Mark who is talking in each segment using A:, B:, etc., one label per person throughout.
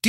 A: Do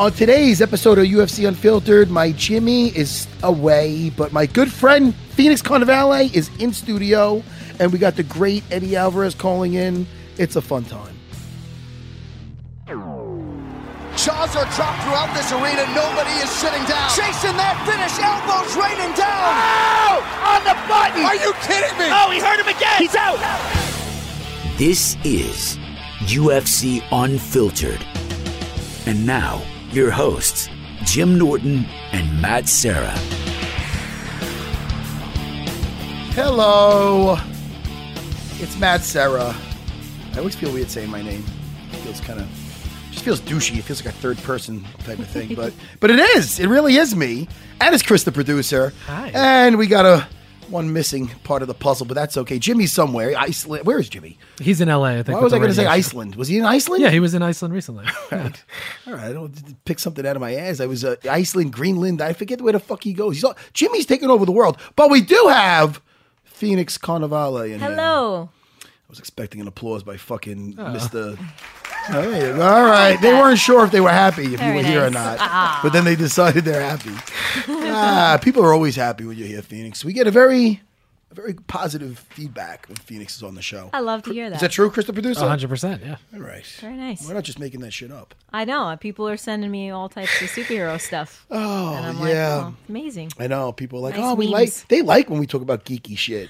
B: On today's episode of UFC Unfiltered, my Jimmy is away, but my good friend Phoenix Carnivale is in studio, and we got the great Eddie Alvarez calling in. It's a fun time.
C: Jaws are dropped throughout this arena. Nobody is sitting down. Chasing that finish. Elbows raining down. Ow! On the button. Are you kidding me?
D: Oh, he hurt him again. He's out.
E: This is UFC Unfiltered. And now, your hosts, Jim Norton and Matt Sarah.
B: Hello, it's Matt Serra. I always feel weird saying my name. It feels kind of just feels douchey. It feels like a third person type of thing, but but it is. It really is me. And it's Chris, the producer. Hi. And we got a one missing part of the puzzle, but that's okay. Jimmy's somewhere. Iceland. Where is Jimmy?
F: He's in LA, I
B: Why
F: think. with
B: was
F: the
B: I going to say
F: radiation.
B: Iceland? Was he in Iceland?
F: Yeah, he was in Iceland recently.
B: Right. All right, I don't pick something out of my ass. I was uh, Iceland, Greenland. I forget where the fuck he goes. He's all, Jimmy's taking over the world, but we do have Phoenix Carnivale. In here.
G: Hello.
B: I was expecting an applause by fucking Mr. Oh, yeah. All right, they weren't sure if they were happy if
G: Very
B: you were here or
G: nice.
B: not, but then they decided they're happy. ah, people are always happy when you're here, Phoenix. We get a very, a very positive feedback when Phoenix is on the show.
G: I love to hear that.
B: Is that true, Chris, the producer?
F: 100%, yeah.
B: All right.
G: Very nice.
B: We're not just making that shit up.
G: I know. People are sending me all types of superhero stuff.
B: Oh,
G: and I'm
B: yeah.
G: like, oh, amazing.
B: I know people are like,
G: Nice
B: oh, we like.
G: memes.
B: They like when we talk about geeky shit.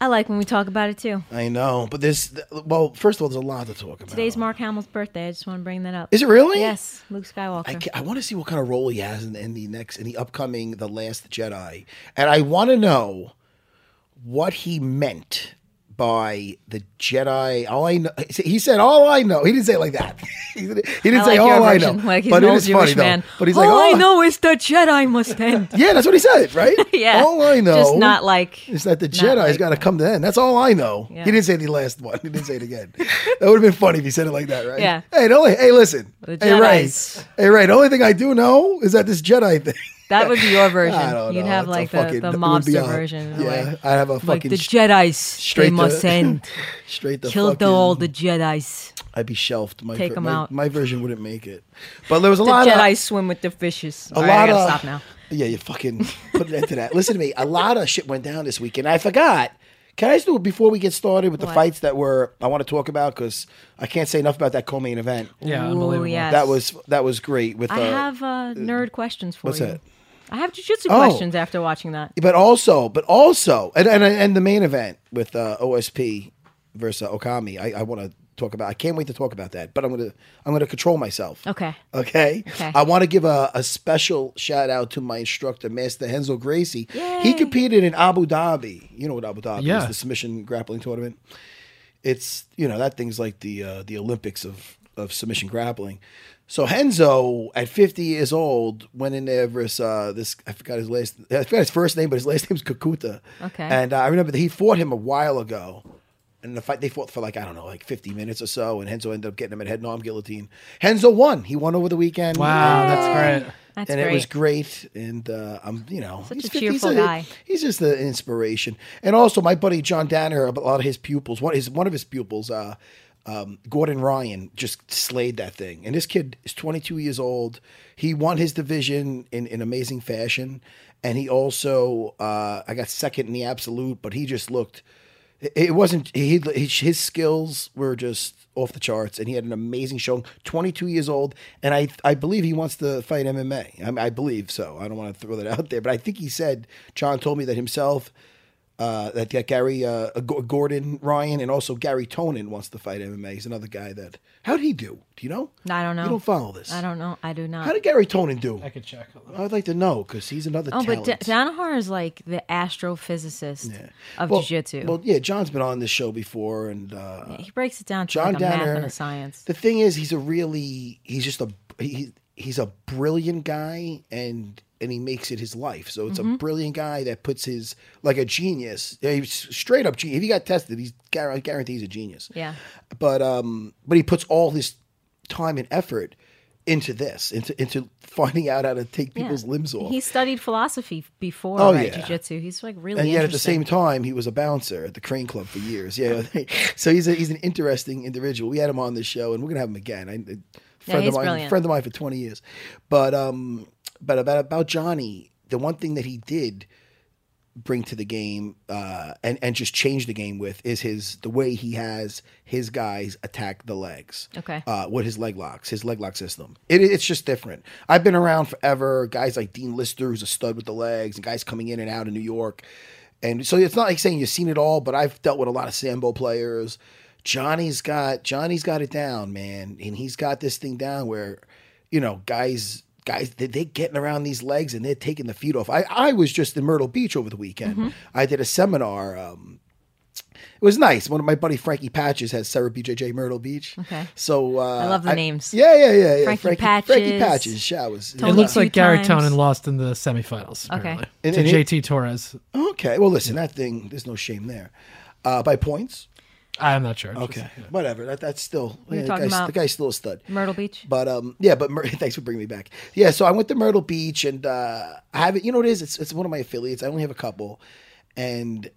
G: I like when we talk about it too.
B: I know, but there's well, first of all, there's a lot to talk about.
G: Today's Mark Hamill's birthday. I just want to bring that up.
B: Oh. Is it really?
G: Yes, Luke
B: I,
G: Skywalker.
B: ca- I want to see what kind of role he has in, in the next, in the upcoming The Last Jedi, and I want to know what he meant by the Jedi. All I know, he said, "All I know." He didn't say it like that. he didn't, he didn't
G: I
B: say,
G: like your
B: "All "Oh, I know,"
G: version, Like he's
B: but
G: an
B: it
G: old
B: is
G: Jewish
B: funny
G: man.
B: though. But he's
G: all
B: like, "Oh." "All
G: I know is the Jedi must end.
B: Yeah, that's what he said, right?
G: yeah.
B: All I know.
G: Just not like.
B: It's that the
G: not
B: Jedi's
G: like
B: got to
G: that.
B: come to an end. That's all I know.
G: Yeah.
B: He didn't say the last one. He didn't say it again. that would have been funny if he said it like that, right?
G: Yeah.
B: Hey, the only, hey, listen.
G: The
B: hey,
G: Jedis.
B: right. Hey, right. The only thing I do know is that this Jedi thing.
G: That would be your version.
B: I don't
G: You'd
B: know.
G: have
B: It's a
G: like the,
B: fucking-
G: the
B: it would be
G: mobster
B: a-
G: version. in a way.
B: Yeah, I have a
G: Like
B: fucking
G: the
B: sh-
G: Jedi's,
B: straight
G: they
B: to-
G: must end.
B: straight the
G: Kill the,
B: fucking-
G: all the Jedi's.
B: I'd be shelved. My,
G: Take 'em
B: my,
G: out.
B: My version wouldn't make it. But there was a
G: The
B: lot
G: Jedi
B: of
G: swim with the fishes.
B: a
G: All right,
B: lot
G: I gotta
B: of
G: stop now.
B: Yeah, you fucking put an end to that. Listen to me. A lot of shit went down this weekend. I forgot. Can I just do it before we get started with the
G: What?
B: fights that were I want to talk about because I can't say enough about that co-main event.
F: Yeah,
G: Ooh,
F: unbelievable.
G: yes.
B: That was that was great with. Uh,
G: I have uh, nerd questions for
B: what's
G: you.
B: that?
G: I have jujitsu
B: Oh.
G: questions after watching that.
B: but also, but also, and and, and the main event with uh, OSP versus Okami. I, I want to talk about. I can't wait to talk about that. But I'm gonna I'm gonna control myself.
G: Okay.
B: Okay.
G: Okay.
B: I want to give a, a special shout out to my instructor, Master Henzo Gracie. He
G: Yay.
B: competed in Abu Dhabi. You know what Abu Dhabi is?
F: Yeah.
B: The submission grappling tournament. It's you know that thing's like the uh, the Olympics of of submission grappling. So Henzo at 50 years old went in there versus uh, this I forgot his last I forgot his first name but his last name's Kakuta.
G: Okay.
B: And uh, I remember that he fought him a while ago. And the fight they fought for like I don't know like 50 minutes or so, and Henzo ended up getting him at head and arm guillotine. Henzo won. He won over the weekend.
F: Wow,
B: And, uh,
F: that's great.
G: That's
B: and
G: great.
B: it was great. And uh, I'm, you know,
G: Such a
B: 50
G: cheerful
B: he's
G: guy.
B: He's just the inspiration. And also, my buddy John Danner, a lot of his pupils, one his one of his pupils, uh, um, Gordon Ryan, just slayed that thing. And this kid is 22 years old. He won his division in, in amazing fashion, and he also uh, I got second in the absolute, but he just looked. It- It wasn't he. he- His skills were just off the charts, and he had an amazing showing. Twenty two years old, and I I believe he wants to fight MMA. I, mean, I believe so. I don't want to throw that out there, but I think he said John told me that himself. Uh, that, that Gary uh, G- Gordon Ryan and also Gary Tonin wants to fight MMA. He's another guy that. How did he do? Do you know?
G: I don't know.
B: You don't follow this.
G: I don't know. I do not.
B: How did Gary Tonin do?
F: I could check. Hold on.
B: I'd like to know because he's another.
G: oh,
B: talent.
G: but D- Danahar is like the astrophysicist of
B: well,
G: jiu-jitsu.
B: Well, yeah, John's been on this show before, and uh,
G: he breaks it down to
B: John
G: like a math
B: Danner.
G: and a science.
B: The thing is, he's a really he's just a he, he's a brilliant guy, and and he makes it his life. So it's
G: Mm-hmm.
B: a brilliant guy that puts his like a genius. Yeah, He's straight up genius. If he got tested, he's gar- I guarantee he's a genius.
G: Yeah.
B: But um, but he puts all his time and effort into this, into into finding out how to take
G: Yeah.
B: people's limbs off.
G: He studied philosophy before
B: Oh,
G: right,
B: yeah.
G: jiu-jitsu. He's like really
B: and yet at the
G: interesting.
B: same time he was a bouncer at the crane club for years yeah so he's a, he's an interesting individual we had him on this show and we're gonna have him again I, a friend
G: he's
B: of mine
G: brilliant.
B: friend of mine for 20 years but um but about about johnny the one thing that he did bring to the game uh, and and just change the game with is his the way he has his guys attack the legs.
G: Okay.
B: Uh, what his leg locks, his leg lock system. It, it's just different. I've been around forever. Guys like Dean Lister, who's a stud with the legs, and guys coming in and out of New York. And so it's not like saying you've seen it all, but I've dealt with a lot of Sambo players. Johnny's got Johnny's got it down, man, and he's got this thing down where you know, guys, guys, they, they getting around these legs and they're taking the feet off. I, I was just in Myrtle Beach over the weekend. I did a seminar. Um, it was nice. One of my buddy Frankie Patches has Sarah BJJ Myrtle Beach.
G: Okay.
B: So uh,
G: I love the names.
B: Yeah, yeah, yeah, yeah.
G: Frankie
B: Frankie
G: Patches.
B: Patches. Showers.
G: Tony
F: It looks
G: two
F: like Gary
G: times.
F: Tonin lost in the semifinals.
G: Okay.
F: Apparently,
B: And-
F: to
B: and he-
F: JT Torres.
B: Uh, Okay. Well, listen, that thing. There's no shame there. Uh, by points.
F: I'm not sure. Just-
B: Okay. Whatever. That, that's still.
G: are you
B: the,
G: talking
B: guy's,
G: about?
B: the guy's still a stud.
G: Myrtle Beach.
B: But um, yeah, but Myr- thanks for bringing me back. Yeah, so I went to Myrtle Beach and uh, I have it. You know what it is? It's it's one of my affiliates. I only have a couple, and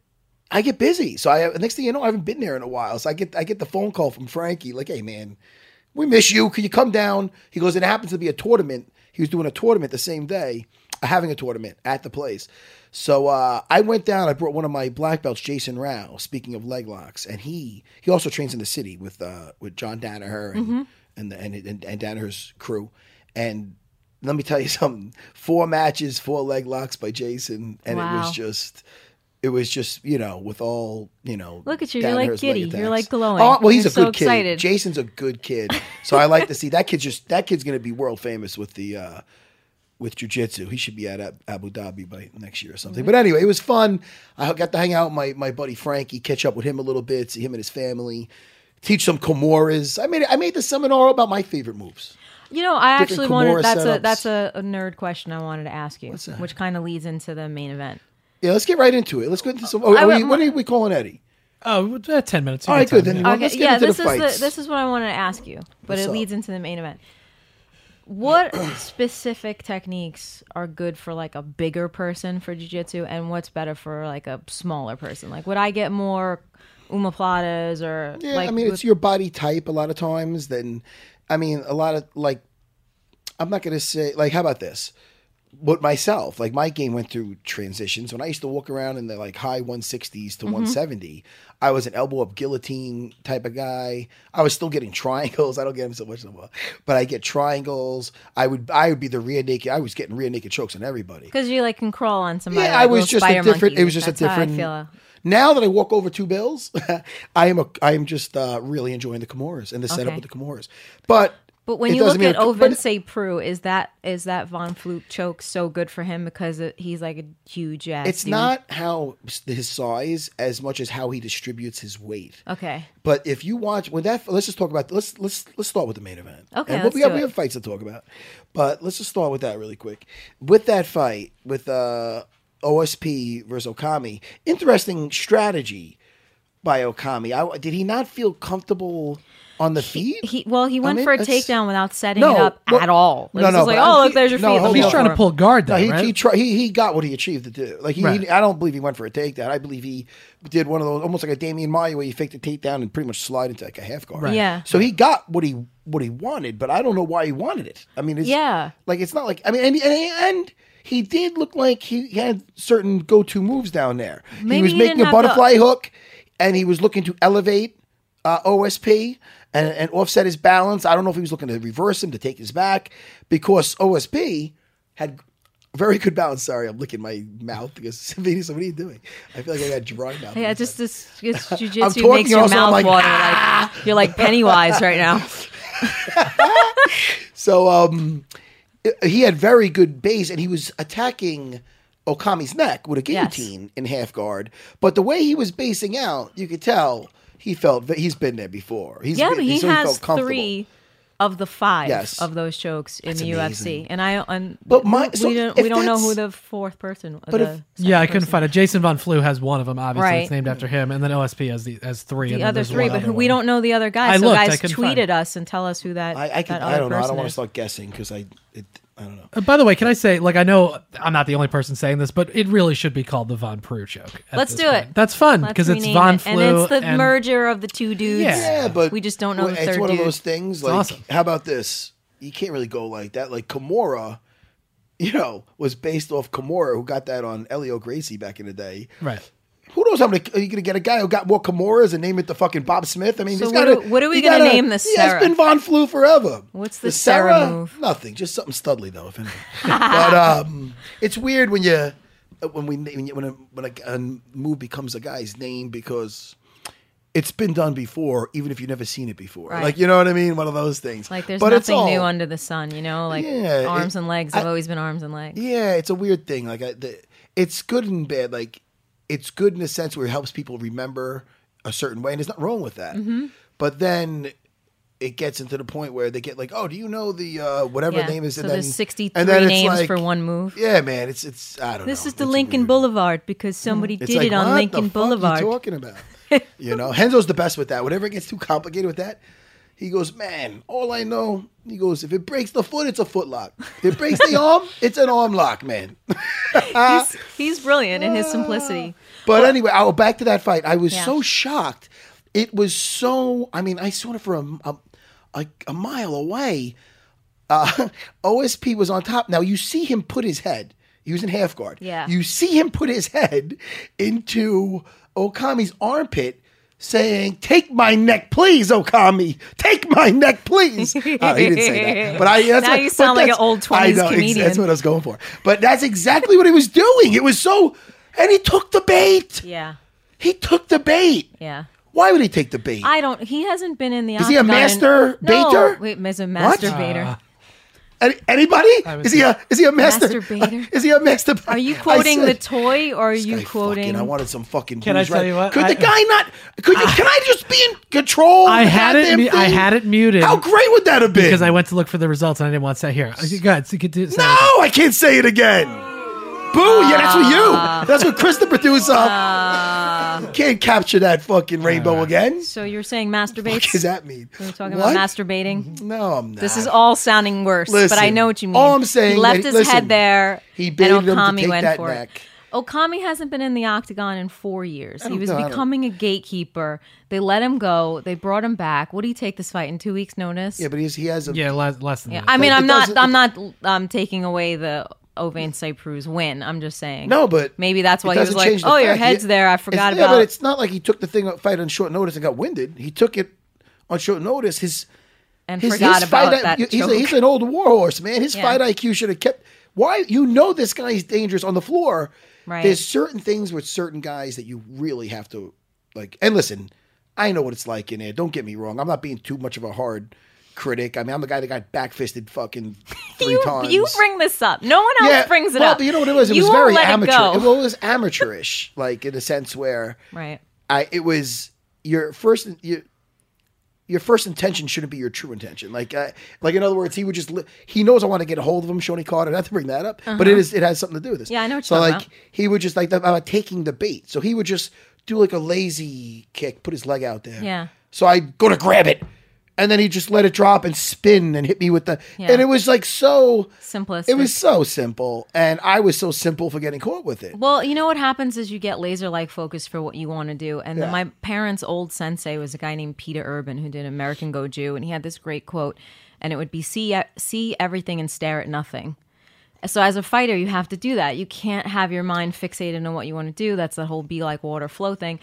B: I get busy. So I next thing you know, I haven't been there in a while. So I get I get the phone call from Frankie like, "Hey man, we miss you. Can you come down?" He goes, "It happens to be a tournament. He was doing a tournament the same day, uh, having a tournament at the place." So uh, I went down. I brought one of my black belts, Jason Rao. Speaking of leg locks, and he he also trains in the city with uh, with John Danaher and and, the, and and and Danaher's crew. And let me tell you something: four matches, four leg locks by Jason, and it
G: Wow.
B: was just it was just you know with all you know.
G: Look at you, you're like
B: Danaher's leg
G: giddy, you're
B: attacks.
G: like glowing.
B: Oh, well, he's
G: You're
B: a
G: so
B: good kid.
G: excited.
B: Jason's a good kid, so I like to see that kid's just that kid's going to be world famous with the. uh with jujitsu, he should be at Ab- Abu Dhabi by next year or something. But anyway, it was fun. I got to hang out with my my buddy Frankie, catch up with him a little bit, see him and his family, teach some Kimuras. I made I made the seminar about my favorite moves.
G: You know, I
B: different
G: actually wanted
B: Kimura
G: that's a
B: setups.
G: that's a, a nerd question I wanted to ask you, which kind of leads into the main event.
B: Yeah, let's get right into it. Let's go into some. Oh, what,
G: I will-
B: are you- what are we calling Eddie?
F: Oh, uh, ten minutes.
B: All right, good. Then
F: yeah.
B: Well, let's get into the
G: this is
B: fights.
G: the this is what I wanted to ask you, but
B: What's
G: it
B: up?
G: leads into the main event. What specific techniques are good for like a bigger person for jiu-jitsu and what's better for like a smaller person? Like would I get more umaplatas or
B: Yeah,
G: like
B: I mean, it's your body type a lot of times. Then, I mean, a lot of like, I'm not gonna say like, how about this? But myself, like my game went through transitions. When I used to walk around in the like high 160s to 170, I was an elbow up guillotine type of guy. I was still getting triangles. I don't get them so much anymore, but I get triangles. I would I would be the rear naked. I was getting rear naked chokes on everybody.
G: because you like can crawl on somebody.
B: Yeah,
G: like
B: I was
G: little
B: just a
G: spider
B: different.
G: monkeys.
B: It was just
G: That's
B: a
G: how I
B: different.
G: feel.
B: Now that I walk over two bills, I am a I am just uh, really enjoying the Kimuras and the setup
G: Okay.
B: with the Kimuras. But
G: But when
B: it
G: you
B: doesn't
G: look at
B: mean- but-
G: Ovin Say Prue, is that is that Von Flute choke so good for him because it, he's like a huge ass?
B: it's
G: dude?
B: not how his size as much as how he distributes his weight.
G: okay.
B: But if you watch when that, let's just talk about let's let's let's start with the main event.
G: Okay,
B: And
G: let's
B: we have
G: do
B: we
G: it.
B: have fights to talk about, but let's just start with that really quick. With that fight with uh, OSP versus Okami, interesting strategy by Okami. I, did he not feel comfortable on the feet?
G: He well, he went
B: mean,
G: for a
B: that's-
G: takedown without setting
B: No,
G: it up
B: well-
G: at all. Like,
B: no,
G: it's
B: no,
G: just
B: but
G: like,
B: I'm-
G: oh look, there's your
B: no,
G: feet.
B: hold
G: Let me
B: on.
F: he's
G: go
F: trying
G: for
F: to
G: him.
F: pull guard though,
B: No, he,
F: right?
B: he, tried, he he got what he achieved to do. Like he,
F: Right.
B: he- I don't believe he went for a takedown. I believe he did one of those almost like a Damian Maia where you fake the takedown and pretty much slide into like a half guard.
F: Right.
G: Yeah.
B: So he got what he what he wanted, but I don't know why he wanted it. I mean, it's,
G: Yeah.
B: like it's not like I mean, and, and, and he did look like he had certain go to moves down there.
G: Maybe
B: he was
G: he
B: making
G: didn't
B: a
G: have the-
B: butterfly hook. and he was looking to elevate uh, OSP and, and offset his balance. I don't know if he was looking to reverse him to take his back because OSP had very good balance. Sorry, I'm licking my mouth because Savini, so what are you doing? I feel like I got dry mouth.
G: Yeah, just this it's
B: I'm
G: jujitsu
B: talking
G: makes your
B: also, I'm
G: mouth
B: like, "Ah!"
G: water. Like you're like Pennywise right now.
B: So um, he had very good base, and he was attacking Okami's neck with a
G: Yes.
B: guillotine in half guard. But the way he was basing out, you could tell he felt that he's been there before. He's
G: Yeah,
B: been-
G: but he
B: so
G: has
B: felt comfortable.
G: three of the five
B: Yes.
G: of those chokes in the UFC,
B: amazing.
G: and I and
B: But my-
G: we
B: so
G: don't
B: if
G: we don't know
B: that's-
G: who the fourth person. uh,
B: But
G: the
B: if-
G: second
F: Yeah, I couldn't
G: person-
F: find it. Jason Von Flew has one of them, obviously.
G: Right.
F: It's named after him. And then OSP has the as three. and
G: the
F: then
G: other
F: there's
G: three,
F: one
G: but
F: other
G: who, we
F: one.
G: don't know the other guys.
F: I
G: so
F: looked, I
G: guys
F: couldn't
G: tweeted
F: find it.
G: us and tell us who that.
B: I, I, can,
G: that
B: I
G: other
B: don't know. I
G: person
B: don't want to
G: is.
B: start guessing because I, it, I don't know.
F: Uh, By the way, can I say, like, I know I'm not the only person saying this, but it really should be called the Von Prue joke. at
G: Let's
F: this
G: do
F: point.
G: it.
F: That's fun
G: Let's
F: because it's
G: rename
F: Von
G: it.
F: Flew.
G: and it's the merger of the two dudes.
F: Yeah.
B: Yeah, but
G: we just don't know
B: well,
G: the
B: it's
G: third
B: one
G: dude.
B: of those things. Like,
F: awesome.
B: how about this? You can't really go like that. Like Kimura, you know, was based off Kimura, who got that on Elio Gracie back in the day.
F: Right.
B: Who knows how many? Are you going to get a guy who got more Kimuras and name it the fucking Bob Smith? I mean,
G: So
B: he's
G: what
B: gotta-
G: do- what are we
B: he
G: gonna
B: gotta-
G: name this
B: He
G: Sarah?
B: has been Von Flew forever.
G: What's the Sarah move?
B: Nothing, just something studly though. If anything. but um, it's weird when you when we when you- when a, when a, a move becomes a guy's name because. It's been done before, even if you've never seen it before.
G: Right.
B: Like you know what I mean? One of those things.
G: Like there's
B: But it's
G: nothing new
B: all-
G: under the sun, you know. Like
B: Yeah,
G: arms
B: it-
G: and legs have always been arms and legs.
B: Yeah, it's a weird thing. Like, I, the, it's good and bad. Like, it's good in a sense where it helps people remember a certain way, and it's not wrong with that.
G: Mm-hmm.
B: But then it gets into the point where they get like, "Oh, do you know the uh, whatever
G: Yeah.
B: name is?"
G: So
B: and then,
G: there's 63
B: and then it's
G: names
B: like-
G: for one move.
B: Yeah, man, it's it's I don't know.
G: This is the
B: It's
G: Lincoln
B: weird.
G: Boulevard because somebody
B: It's
G: did
B: like,
G: it on
B: what
G: Lincoln
B: the fuck
G: Boulevard.
B: you talking about? you know, Henzo's the best with that. Whenever it gets too complicated with that, he goes, "Man, all I know." He goes, "If it breaks the foot, it's a foot lock. If it breaks the arm, it's an arm lock, man."
G: he's, he's brilliant in
B: Ah.
G: his simplicity.
B: But anyway, I'll back to that fight. I was
G: Yeah.
B: so shocked. It was so. I mean, I saw it from a, a, a mile away. Uh, OSP was on top. Now you see him put his head. He was in half guard.
G: Yeah.
B: You see him put his head into Okami's armpit, saying, "Take my neck, please, Okami. Take my neck, please." Uh, he didn't say that, but I. That's
G: Now
B: what-
G: you
B: but
G: sound like
B: that's-
G: an old
B: I
G: 20s
B: know, ex- That's
G: comedian.
B: what I was going for. But that's exactly what he was doing. It was so, and he took the bait.
G: Yeah,
B: He took the bait.
G: yeah.
B: Why would he take the bait?
G: I don't. He hasn't been in the.
B: Is he a
G: octagon in-
B: master
G: no,
B: baiter?
G: Wait, he's a master
B: What? Ah.
G: baiter.
B: Any- Anybody? Is he a is he a master?
G: Masturbator?
B: Is he a master?
G: are you
B: I
G: quoting the
B: said-
G: toy or are
B: This
G: you
B: guy
G: quoting?
B: Fucking, I wanted some fucking.
F: Can I
B: booze,
F: tell
B: right?
F: you what?
B: Could
F: I- Ah.
B: the guy not? Could you? can I just be in control? of
F: I
B: the
F: had it
B: goddamn
F: mu- I
B: thing?
F: had it muted.
B: How great would that have been?
F: Because I went to look for the results and I didn't want to say here. Go ahead. So you could do, say it.
B: No, I can't say it again. Boo! Yeah, that's what you.
G: Ah.
B: That's what Chris, the producer. can't capture that fucking rainbow
F: Ah.
B: again.
G: so you're saying
B: What
G: masturbates?
B: does that mean?
G: We're talking
B: What?
G: about masturbating.
B: No, I'm not.
G: This is all sounding worse, but I
B: Listen,
G: know what you mean.
B: all I'm saying
G: he left
B: that-
G: his
B: listen,
G: head there.
B: he
G: and
B: baited him to
G: Okami
B: take
G: went
B: that
G: for
B: neck.
G: it. Okami hasn't been in the octagon in four years. He
B: don't
G: was
B: know, I don't-
G: becoming a gatekeeper. They let him go. They brought him back. Would he take this fight in two weeks' notice?
B: Yeah, but he's, he has a.
F: Yeah, less, less than
G: Yeah,
F: that.
G: I mean,
B: But it
G: I'm not,
B: doesn't-
G: I'm not, um, taking away the Ovain Cypru's win. I'm just saying.
B: No, but
G: maybe that's
B: it
G: why he was
B: doesn't
G: like,
B: change the
G: "Oh, your
B: fact.
G: head's
B: He-
G: there. I forgot
B: it's,
G: about."
B: Yeah, but it's not like he took the thing fight on short notice and got winded. He took it on short notice. His
G: and
B: his,
G: forgot
B: his
G: about
B: fight,
G: that.
B: He's,
G: joke.
B: a, he's an old warhorse, man. His
G: Yeah.
B: fight IQ should have kept. Why you know this guy is dangerous on the floor?
G: Right.
B: There's certain things with certain guys that you really have to like. And listen, I know what it's like in there. Don't get me wrong. I'm not being too much of a hard critic. I mean, I'm the guy that got backfisted fucking three
G: you,
B: times.
G: you bring this up. No one else brings it
B: well,
G: up.
B: But you know what it was? It
G: You
B: was
G: won't
B: very
G: let
B: amateur.
G: It go.
B: It, well, it was amateurish, like in a sense where
G: right.
B: I it was your first your, your first intention shouldn't be your true intention. Like uh, like in other words, he would just li- he knows I want to get a hold of him, Shoney Carter. Not to bring that up, but it is it has something to do with this.
G: Uh-huh. Yeah, I know what
B: so
G: you're
B: like
G: talking
B: he would just like about taking the bait. So he would just do like a lazy kick, put his leg out there.
G: Yeah.
B: So I'd go to grab it. And then he just let it drop and spin and hit me with the,
G: Yeah.
B: and it was like so
G: Simplistic.
B: It was so simple, and I was so simple for getting caught with it.
G: Well, you know what happens is you get laser like focus for what you want to do. And then my parents' old sensei was a guy named Peter Urban who did American Goju, and he had this great quote, and it would be see e, see everything and stare at nothing. So as a fighter, you have to do that. You can't have your mind fixated on what you want to do. That's the whole be like water flow thing.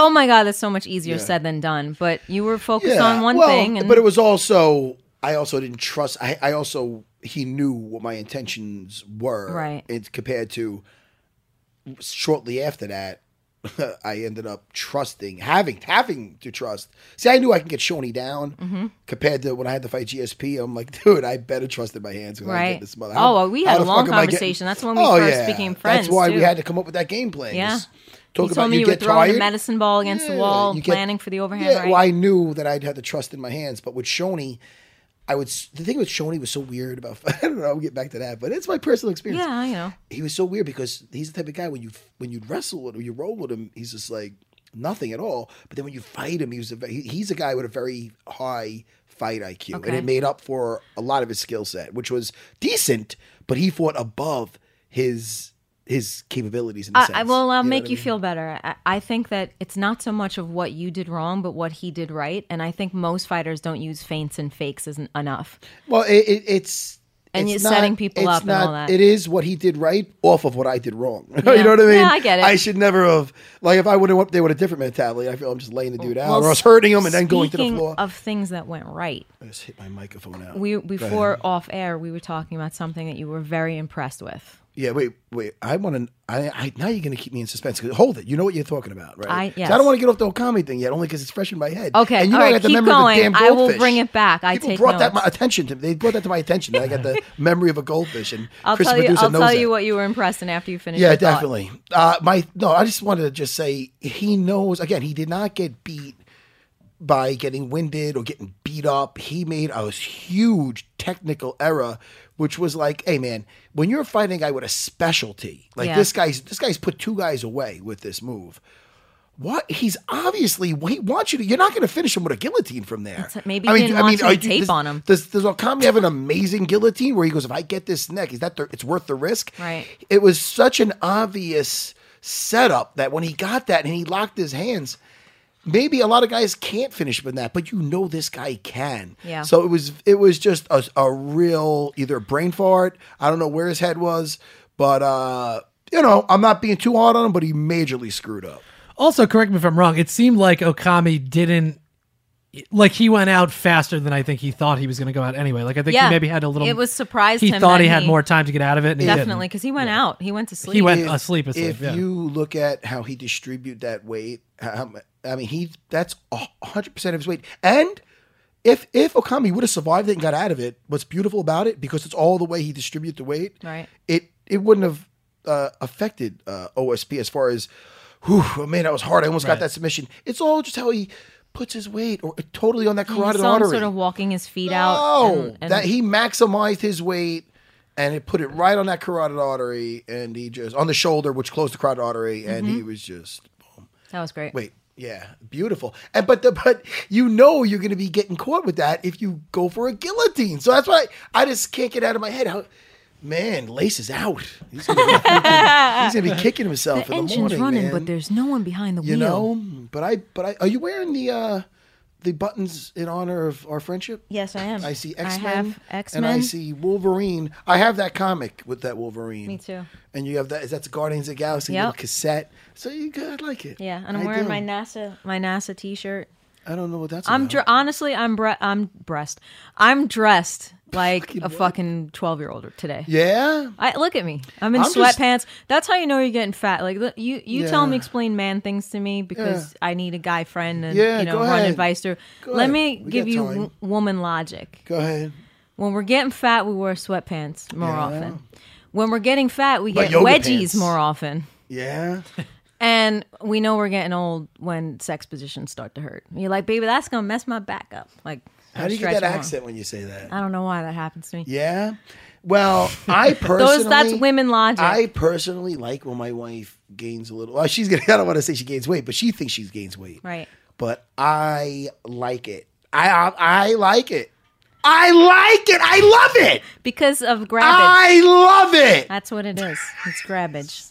G: oh my god, that's so much easier said than done. But you were focused on one
B: well,
G: thing, and
B: but it was also I also didn't trust. I, I also he knew what my intentions were,
G: Right.
B: It's compared to shortly after that, I ended up trusting, having having to trust. See, I knew I can get Shoney down
G: Mm-hmm.
B: compared to when I had to fight GSP. I'm like, dude, I better trusted my hands when I
G: Right.
B: get this mother.
G: Oh, well, we
B: how
G: had
B: the
G: a long
B: fuck am I Oh,
G: conversation. That's when we first became friends,
B: That's why we
G: too.
B: had to come up with that game plan.
G: Yeah.
B: is
G: you
B: Talk about
G: told me you, were
B: get
G: throwing
B: tired.
G: the medicine ball against the
B: Yeah,
G: wall,
B: you get-
G: planning for the overhand.
B: Yeah,
G: right?
B: well, I knew that I'd had the trust in my hands, but with Shoney, I would. s- The thing with Shoney was so weird about. I don't know. I'll get back to that, but it's my personal experience.
G: yeah, you know.
B: He was so weird because he's the type of guy when you when you wrestle with him, you roll with him, he's just like nothing at all. But then when you fight him, he was a very, he's a guy with a very high fight IQ, and
G: Okay.
B: it made up for a lot of his skill set, which was decent. But he fought above his his capabilities. In a
G: I, I,
B: sense.
G: well, I'll
B: know
G: make
B: what I
G: you
B: mean?
G: feel better. I, I think that it's not so much of what you did wrong, but what he did right. And I think most fighters don't use feints and fakes isn't enough.
B: Well, it, it, it's
G: And
B: it's
G: you're setting people
B: it's
G: up and
B: not-
G: all that.
B: It is what he did right off of what I did wrong. you
G: Yeah.
B: know what I mean?
G: Yeah, I get it.
B: I should never have like if I would have went there with a different mentality. I feel I'm just laying the dude out,
G: Well,
B: or I was hurting him and then going to the
G: speaking
B: floor.
G: of things that went right.
B: I just hit my microphone out.
G: We before off air, we were talking about something that you were very impressed with.
B: yeah, wait, wait. I want to. I, I now you're going to keep me in suspense. 'cause- hold it. You know what you're talking about, right?
G: I-
B: 'Cause
G: yes.
B: don't want to get off the whole comedy thing yet, only because it's fresh in my head.
G: Okay,
B: and you
G: all
B: know I
G: right,
B: got the
G: keep
B: memory
G: going.
B: of a damn
G: I will
B: goldfish.
G: bring it back. I
B: People
G: take
B: brought that my
G: notes.
B: attention to. They brought that to my attention. that I got the memory of a goldfish, and
G: I'll
B: Chris
G: tell you.
B: Medusa
G: I'll
B: knows
G: tell
B: that.
G: you what you were impressed in after you finish.
B: Yeah,
G: your thought.
B: definitely. Uh, my no, I just wanted to just say he knows. Again, he did not get beat by getting winded or getting beat up. He made a huge technical error, which was like, hey man, when you're fighting a guy with a specialty like
G: Yeah.
B: this guy's, this guy's put two guys away with this move. What he's obviously he wants you to. You're not going to finish him with a guillotine from there.
G: That's- maybe he didn't want you to
B: are
G: tape
B: does-
G: on him.
B: Does does Okami have an amazing guillotine where he goes, if I get this neck, is that the, it's worth the risk?
G: Right.
B: It was such an obvious setup that when he got that and he locked his hands, maybe a lot of guys can't finish with that, but you know this guy can.
G: Yeah.
B: So it was it was just a, a real either brain fart. I don't know where his head was, but uh, you know I'm not being too hard on him, but he majorly screwed up.
F: Also, correct me if I'm wrong. It seemed like Okami didn't like he went out faster than I think he thought he was going to go out anyway. Like I think
G: Yeah.
F: he maybe had a little.
G: It was surprised
F: He
G: him
F: thought
G: that
F: he had
G: he-
F: more time to get out of it. And
G: Definitely,
F: he, didn't.
G: because he went out. He went to sleep.
F: he went asleep. Asleep.
B: If
F: yeah.
B: you look at how he distribute that weight, how mu- I mean, he that's hundred percent of his weight. And if if Okami would have survived it and got out of it, what's beautiful about it because it's all the way he distributed the weight.
G: Right.
B: It it wouldn't have uh, affected uh, OSP as far as, whew, oh man, that was hard. I almost got that submission. It's all just how he puts his weight or totally on that
G: You
B: carotid
G: saw him
B: artery.
G: sort of walking his feet out.
B: No,
G: and- and-
B: that he maximized his weight and it put it right on that carotid artery, and he just on the shoulder, which closed the carotid artery, and
G: Mm-hmm.
B: he was just
G: that was great.
B: wait, yeah, beautiful. And but the but you know you're going to be getting caught with that if you go for a guillotine. So that's why I, I just can't get out of my head how. Man, Lace is out. He's gonna be, he's gonna be kicking himself
G: the
B: in the
G: engine's
B: morning,
G: running,
B: man.
G: but there's no one behind the
B: you
G: wheel.
B: know. But I, but I, are you wearing the uh the buttons in honor of our friendship?
G: Yes, I am.
B: I see
G: I
B: X Men.
G: have X
B: And I
G: Men.
B: see Wolverine. I have that comic with that Wolverine.
G: Me too.
B: And you have that. Is that the Guardians of the Galaxy
G: Yep.
B: little cassette? So you good? I like it.
G: Yeah, and I'm
B: I
G: wearing
B: do.
G: my NASA my NASA T-shirt.
B: I don't know what that's.
G: I'm
B: about.
G: dr- honestly, I'm bre- I'm breast. I'm dressed like a fucking twelve year old today.
B: Yeah.
G: I look at me. I'm in
B: I'm just-
G: sweatpants. That's how you know you're getting fat. Like look, you, you tell
B: Yeah.
G: me explain man things to me because I need a guy friend and
B: Yeah,
G: you know
B: go
G: run
B: ahead.
G: advice through.
B: Go
G: Let
B: ahead.
G: me
B: We
G: give
B: got
G: you
B: time.
G: w- woman logic.
B: Go ahead.
G: When we're getting fat, we wear sweatpants more often. When we're getting fat, we
B: But
G: get
B: yoga
G: wedgies
B: pants.
G: more often.
B: Yeah.
G: And we know we're getting old when sex positions start to hurt. You're like, baby, that's gonna mess my back up. Like,
B: How do you
G: stretch
B: get that
G: more.
B: accent when you say that?
G: I don't know why that happens to me.
B: Yeah. Well, I personally
G: Those that's women logic.
B: I personally like when my wife gains a little. Well, she's gonna. I don't want to say she gains weight, but she thinks she gains weight.
G: right.
B: but I like it. I I, I like it. I like it. I love it.
G: Because of grabbage.
B: I love it.
G: That's what it is. It's grabbage.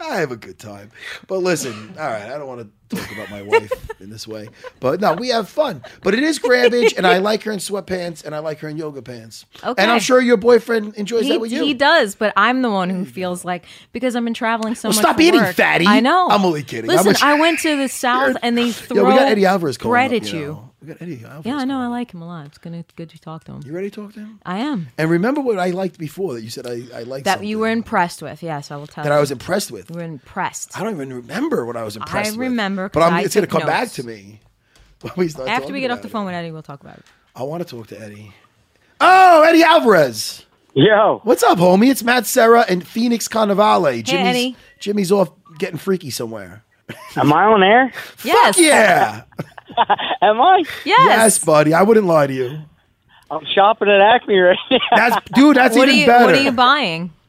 B: I have a good time. But listen, all right, I don't want to talk about my wife in this way. But no, we have fun. But it is grabbage, and I like her in sweatpants, and I like her in yoga pants.
G: Okay.
B: And I'm sure your boyfriend enjoys
G: He,
B: that with you.
G: he does, but I'm the one who feels like because I've been traveling so
B: Well,
G: much.
B: stop
G: for
B: eating,
G: work.
B: fatty.
G: I know.
B: I'm only kidding. I
G: Listen,
B: wish-
G: I went to the south and they
B: yeah,
G: throw
B: we got Eddie Alvarez calling
G: bread
B: up,
G: at
B: you.
G: you.
B: know. We got Eddie Alvarez.
G: Yeah, I know.
B: calling
G: I
B: up.
G: like him a lot. It's gonna good to talk to him.
B: You ready to talk to him?
G: I am
B: And remember what I liked before that you said I, I liked
G: that
B: something
G: you were impressed with. Yes, I will tell
B: that
G: you.
B: I was impressed with.
G: you were impressed.
B: I don't even remember what I was impressed with.
G: remember
B: but
G: 'cause
B: I'm,
G: I
B: it's going to
G: took
B: come back
G: notes.
B: to me. when we start
G: After we
B: talking
G: get off
B: about
G: the
B: it.
G: phone with Eddie, we'll talk about it.
B: I want to talk to Eddie. Oh, Eddie Alvarez.
D: Yo,
B: What's up, homie? It's Matt Serra and Phoenix Cannavale. Jimmy's,
G: Eddie.
B: Jimmy's off getting freaky somewhere.
D: am I on air?
G: Yes.
B: Yeah.
D: Am I?
B: yes,
G: Yes.
B: buddy. I wouldn't lie to you.
D: I'm shopping at Acme right now.
B: That's dude, that's
G: What are
B: even
G: you
B: better.
G: What are you buying?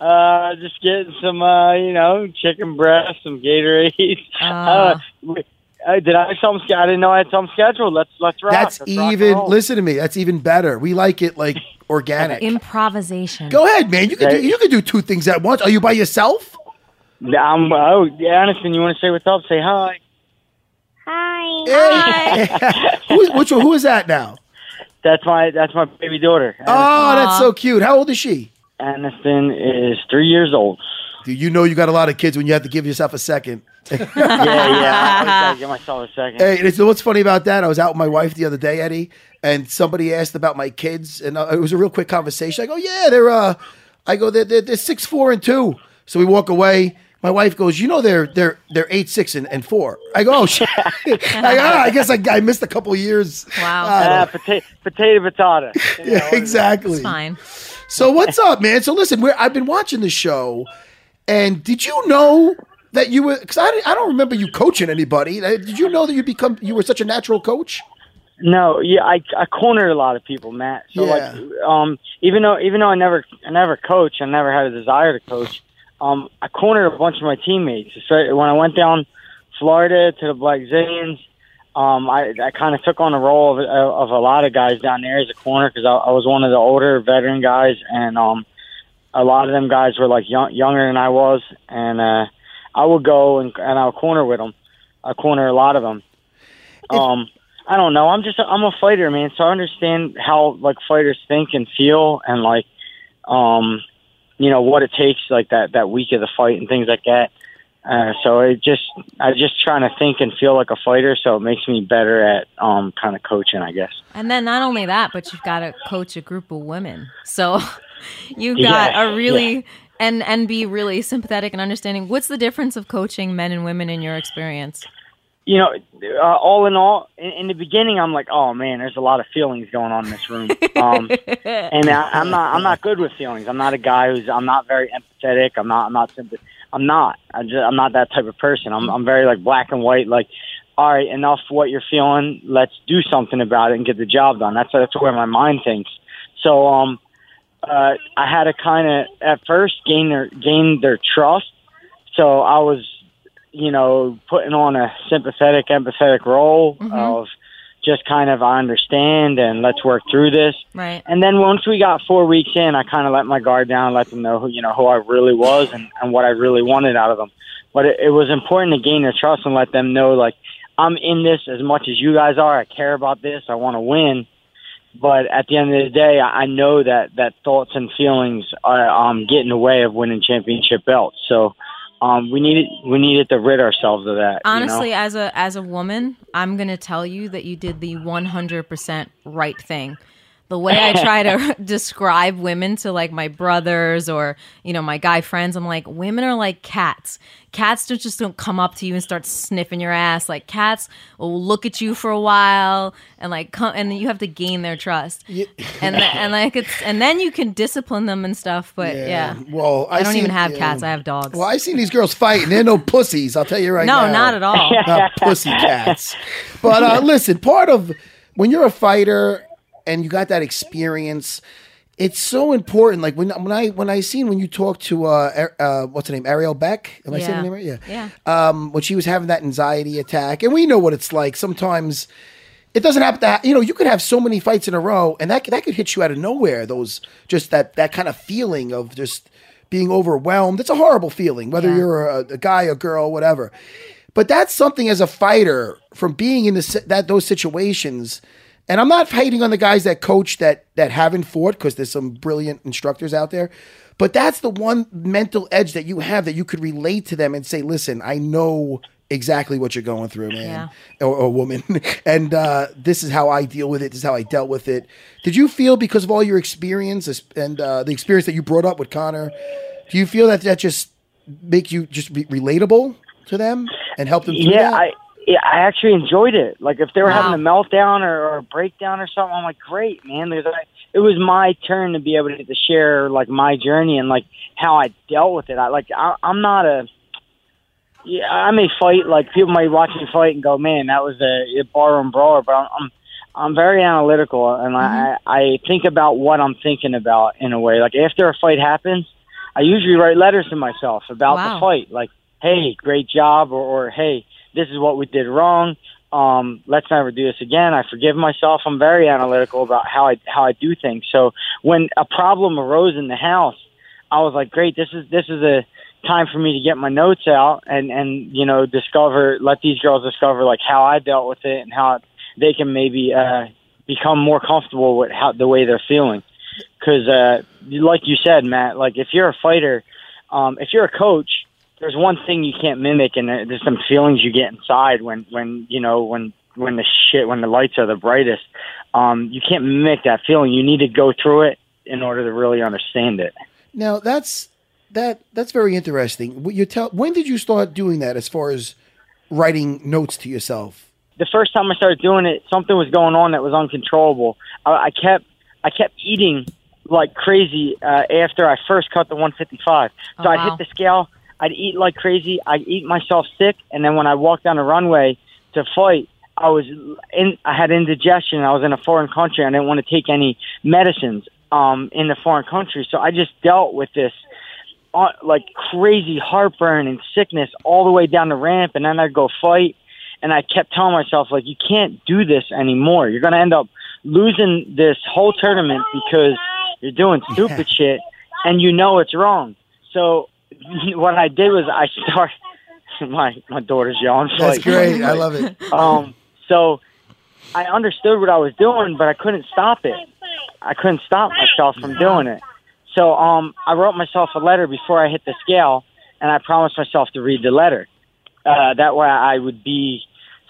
D: Uh, just getting some, uh, you know, chicken breast, some Gatorade. Uh,
B: Ah.
D: uh, did I have some? sch- I didn't know I had some scheduled. Let's let's rock.
B: that's
D: Let's rock and
B: even
D: roll.
B: listen to me. That's even better. We like it like organic.
G: Improvisation.
B: Go ahead, man. You can do
D: Okay.
B: you can do two things at once. Are you by yourself?
D: I'm, oh, Anderson, you want to say what's up? Say hi.
B: Hey. Who's which one, who is that now?
D: That's my that's my baby daughter.
G: Uh-huh.
B: Oh, that's so cute. How old is she?
D: Aniston is three years old.
B: Dude, you know you got a lot of kids when you have to give yourself a second.
D: Yeah, yeah. I gotta give myself a second.
B: Hey, and it's, what's funny about that? I was out with my wife the other day, Eddie, and somebody asked about my kids, and uh, it was a real quick conversation. I go, "Yeah, they're," uh, I go, "They're they're, they're six, four, and two. So we walk away. My wife goes, "You know, they're they're they're eight, six, and, and four. I go, "Oh shit!" I, go, "Ah, I guess I, I missed a couple years.
G: Wow.
B: I don't
D: Uh,
B: know.
D: pota- potato, potato. You know,
B: yeah, exactly.
G: It's fine.
B: So what's up, man? So listen, we're, I've been watching the show, and did you know that you were? Because I, didn't- I don't remember you coaching anybody. Uh, Did you know that you become you were such a natural coach?
D: No, yeah, I I cornered a lot of people, Matt. So like,
B: Yeah.
D: um, even though even though I never I never coach, I never had a desire to coach. Um, I cornered a bunch of my teammates. So when I went down Florida to the Black Zillions, um, I I kind of took on the role of of a lot of guys down there as a corner because I, I was one of the older veteran guys, and um, a lot of them guys were like young, younger than I was, and uh, I would go and and I would corner with them. I corner a lot of them. Um, I don't know. I'm just a, I'm a fighter, man. So I understand how like fighters think and feel, and like, um, you know what it takes like that that week of the fight and things like that. Uh, so it just I just trying to think and feel like a fighter, so it makes me better at um kind of coaching, I guess.
G: And then not only that, but you've got to coach a group of women. So you
D: Yeah,
G: got a really and and be really sympathetic and understanding. What's the difference of coaching men and women in your experience?
D: you know, uh, all in all, in, in the beginning, I'm like, oh man, there's a lot of feelings going on in this room, um, and I, I'm not, I'm not good with feelings. I'm not a guy who's, I'm not very empathetic. I'm not, I'm not, simp- I'm not, I'm, just, I'm not that type of person. I'm, I'm very like black and white. Like, all right, enough what you're feeling. Let's do something about it and get the job done. That's that's where my mind thinks. So, um, uh, I had to kind of at first gain their gain their trust. So I was you know, putting on a sympathetic, empathetic role of just kind of I understand and let's work through this.
G: Right.
D: And then once we got four weeks in, I kind of let my guard down, let them know who you know who I really was and, and what I really wanted out of them. But it, it was important to gain their trust and let them know like I'm in this as much as you guys are. I care about this. I want to win. But at the end of the day, I I know that that thoughts and feelings are um, get in the way of winning championship belts. So um, we needed we needed to rid ourselves of that. you know?
G: Honestly, as a as a woman, I'm gonna tell you that you did the 100% right thing. The way I try to describe women to like my brothers or you know my guy friends, I'm like women are like cats. Cats don't just don't come up to you and start sniffing your ass. Like cats will look at you for a while and like come and you have to gain their trust. And th- and like it's and then you can discipline them and stuff. But yeah,
B: Um, Well, I,
G: I don't
B: seen-
G: even have
B: yeah.
G: cats. I have dogs.
B: Well, I seen these girls fighting. They're no pussies. I'll tell you right
G: no,
B: now.
G: not at all.
B: Not pussy cats. But uh, listen, part of when you're a fighter and you got that experience, it's so important. Like when when I when I seen when you talked to uh, Ar- uh what's her name Ariel Beck. Am I saying
G: Yeah.
B: her name right? Yeah.
G: Yeah.
B: Um, when she was having that anxiety attack, and we know what it's like sometimes. It doesn't have to, ha- you know. You could have so many fights in a row, and that could- that could hit you out of nowhere. Those just that that kind of feeling of just being overwhelmed. It's a horrible feeling, whether
G: Yeah.
B: you're a, a guy, a girl, whatever. But that's something as a fighter from being in the, si- that those situations. And I'm not hating on the guys that coach that that haven't fought because there's some brilliant instructors out there. But that's the one mental edge that you have that you could relate to them and say, "Listen, I know exactly what you're going through, man, or, or woman, and uh, this is how I deal with it. This is how I dealt with it." Did you feel because of all your experience and uh, the experience that you brought up with Connor? Do you feel that that just make you just be relatable to them and help them? through
D: yeah,
B: that?
D: I yeah, I actually enjoyed it. Like if they were
G: Wow.
D: having a meltdown or, or a breakdown or something, I'm like, great, man. There's like, it was my turn to be able to, to share like my journey and like how I dealt with it. I like I, I'm not a yeah, I may fight like people might watch me fight and go, man, that was a, a barroom brawler, but I'm. I'm I'm very analytical, and I, I think about what I'm thinking about in a way. Like after a fight happens, I usually write letters to myself about
G: Wow.
D: the fight, like "Hey, great job," or, or "Hey, this is what we did wrong. Um, let's never do this again. I forgive myself. I'm very analytical about how I how I do things. So when a problem arose in the house, I was like, "Great, this is this is a time for me to get my notes out and and you know discover let these girls discover like how I dealt with it and how they can maybe uh, become more comfortable with how the way they're feeling." Because uh, like you said, Matt, like if you're a fighter, um, if you're a coach, there's one thing you can't mimic, and there- there's some feelings you get inside when when you know when when the shit when the lights are the brightest. Um, you can't mimic that feeling. You need to go through it in order to really understand it.
B: Now that's that that's very interesting. What You tell when did you start doing that as far as writing notes to yourself?
D: the first time I started doing it, something was going on that was uncontrollable. I, I kept I kept eating like crazy uh, after I first cut the 155. So
G: Oh,
D: I'd
G: wow.
D: hit the scale, I'd eat like crazy, I'd eat myself sick, and then when I walked down the runway to fight, I was in I had indigestion. I was in a foreign country. I didn't want to take any medicines um, in the foreign country, so I just dealt with this uh, like crazy heartburn and sickness all the way down the ramp, and then I'd go fight. And I kept telling myself, like, you can't do this anymore. You're going to end up losing this whole tournament because you're doing stupid shit and you know it's wrong. So what I did was I started. My my daughter's yelling. so,
B: That's
D: like,
B: great. I love it.
D: um, so I understood what I was doing, but I couldn't stop it. I couldn't stop myself from doing it. So um, I wrote myself a letter before I hit the scale, and I promised myself to read the letter. Uh, that way, I would be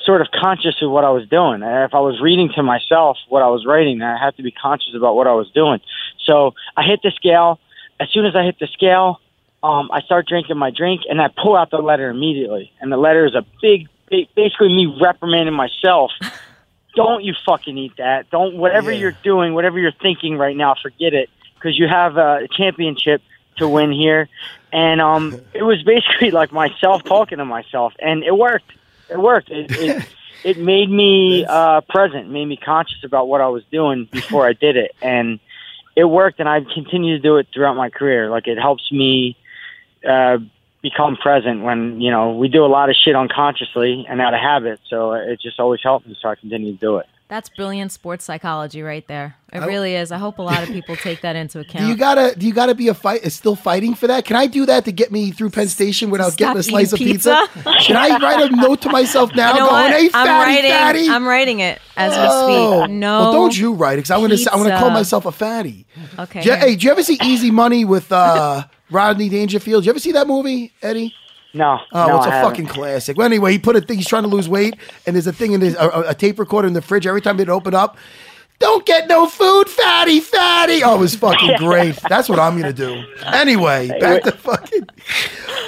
D: sort of conscious of what I was doing. And if I was reading to myself what I was writing, I had to be conscious about what I was doing. So I hit the scale. As soon as I hit the scale, um, I start drinking my drink, and I pull out the letter immediately. And the letter is a big, big basically me reprimanding myself don't you fucking eat that. Don't whatever you're doing, whatever you're thinking right now, forget it because you have a championship to win here. And um, it was basically like myself talking to myself, and it worked. It worked. It it, it made me uh, present, made me conscious about what I was doing before I did it, and it worked. And I continue to do it throughout my career. Like it helps me. Uh, become present when you know we do a lot of shit unconsciously and out of habit so it just always helped me so i continue to do it
G: That's brilliant sports psychology right there. It really is. I hope a lot of people take that into account.
B: Do you gotta do you gotta be a fight is still fighting for that? Can I do that to get me through Penn Station without
G: Stop
B: getting a slice of
G: eating
B: pizza? Can I write a note to myself now
G: You know
B: going,
G: what?
B: Hey fatty
G: I'm writing.
B: fatty?
G: I'm writing it as we
B: Oh.
G: speak. No.
B: Well, don't you write it? Because I want to. I want to call
G: pizza.
B: myself a fatty.
G: Okay.
B: Je- hey, did you ever see Easy Money with uh, Rodney Dangerfield? Did you ever see that movie, Eddie?
D: no
B: Oh,
D: no,
B: it's a
D: I haven't.
B: fucking classic. Well, anyway, he put a thing. He's trying to lose weight, and there's a thing in his a, a- a tape recorder in the fridge. Every time it opened up, don't get no food, fatty, fatty. Oh, it was fucking great. That's what I'm gonna do. Anyway, back to fucking.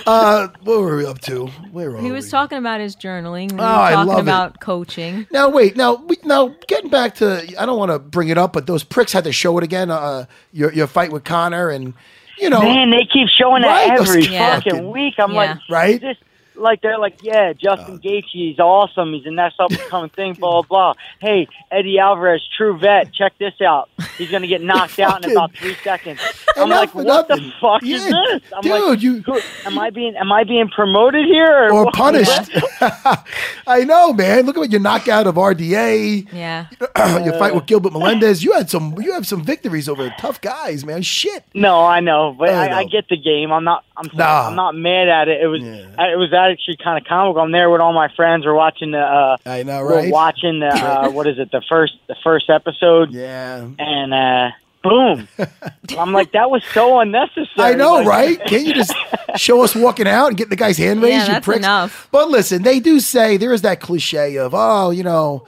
B: Uh, what were we up to? Where were
G: He
B: we?
G: was talking about his journaling. We were
B: Oh, I
G: talking
B: love it.
G: about coaching.
B: Now wait, now we, now getting back to I don't want to bring it up, but those pricks had to show it again. Uh, your your fight with Connor and you know
D: man they keep showing
B: Right,
D: that every
B: those
G: Yeah.
D: fucking week i'm
G: Yeah.
D: like
B: Right? Uh.
D: this, like they're like yeah justin Gaethje, he's awesome he's a next up and coming thing blah blah blah hey eddie alvarez true vet check this out he's gonna get knocked out in
B: Fucking-
D: about three seconds I'm
B: Enough
D: like,
B: for
D: what the
B: nothing.
D: fuck
B: Yeah,
D: is this? I'm like,
B: dude, you-
D: who- am I being am I being promoted here or,
B: or
D: what?
B: punished. I know, man. Look at your knockout of RDA.
G: Yeah.
B: your fight with Gilbert Melendez. You had some. You have some victories over tough guys, man. Shit.
D: No, I know, but
B: I
D: I,
B: know.
D: I, get the game. I'm not. I'm.
B: Nah.
D: I'm not mad at it. It was.
B: Yeah.
D: I- It was actually kind of comical. I'm there with all my friends. We're watching the. Uh,
B: I know,
D: We're
B: right?
D: watching the. Uh, what is it? The first. The first episode.
B: Yeah.
D: And uh, boom. I'm like, that was so unnecessary.
B: I know,
D: Like,
B: right? Can't you just show us walking out and get the guy's hand
G: Yeah,
B: raised? you
G: that's
B: pricks.
G: enough.
B: But listen, they do say there is that cliche of oh, you know,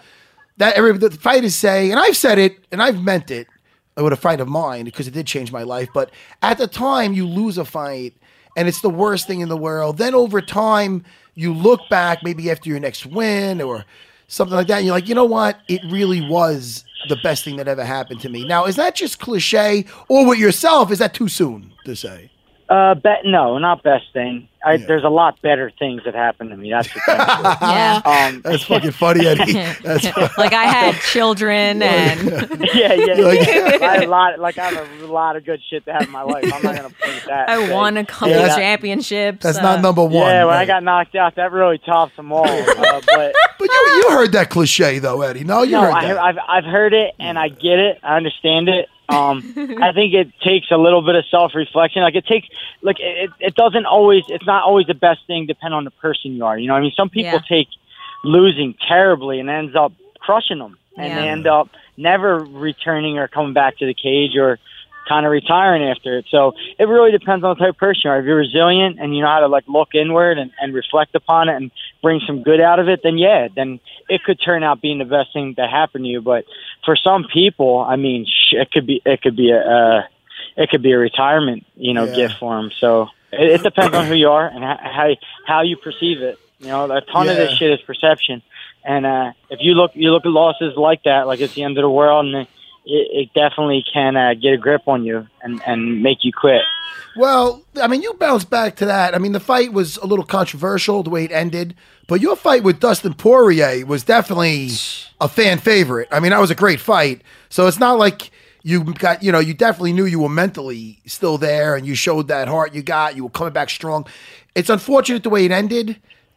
B: that every the fighters say, and I've said it and I've meant it with a fight of mine because it did change my life. But at the time, you lose a fight, and it's the worst thing in the world. Then over time, you look back, maybe after your next win or something like that, and you're like, you know what? It really was the best thing that ever happened to me. Now, is that just cliche, or with yourself? Is that too soon to say?
D: Uh, bet no, not best thing. I,
B: Yeah.
D: There's a lot better things that happened to me. That's the thing.
G: Yeah.
D: um,
B: That's fucking funny, Eddie. That's
G: like I had children and
D: yeah, yeah. I had a lot. Like I have a lot of good shit to have in my life. I'm not gonna point that.
G: I
D: but-
G: won a couple
B: Yeah, that-
G: championships.
B: that's
G: uh,
B: not number one.
D: Yeah, when I
B: right.
D: got knocked out, that really tops them all. Uh, but
B: But you, you heard that cliche though, Eddie. No, you
D: no,
B: heard
D: I,
B: that.
D: I've I've heard it and I get it. I understand it. Um, I think it takes a little bit of self reflection. Like it takes, like it, it doesn't always. It's not always the best thing. Depend on the person you are. You know, what I mean, some people
G: Yeah.
D: take losing terribly and ends up crushing them, and they
G: Yeah.
D: end up never returning or coming back to the cage or kind of retiring after it. So it really depends on the type of person you are. If you're resilient and you know how to like look inward and, and reflect upon it and bring some good out of it, then yeah, then it could turn out being the best thing that happened to you. But for some people, I mean, sh- it could be it could be a uh, it could be a retirement you know
B: Yeah.
D: gift for them. So it, it depends on who you are and ho- how how you perceive it. You know, a ton of this
B: Yeah.
D: shit is perception. And uh, if you look you look at losses like that, like it's the end of the world, and it, it definitely can uh, get a grip on you and, and make you quit.
B: Well, I mean, you bounced back to that. I mean, the fight was a little controversial the way it ended, but your fight with Dustin Poirier was definitely a fan favorite. I mean, that was a great fight. So it's not like you got, you know, you definitely knew you were mentally still there and you showed that heart you got. You were coming back strong. It's unfortunate the way it ended.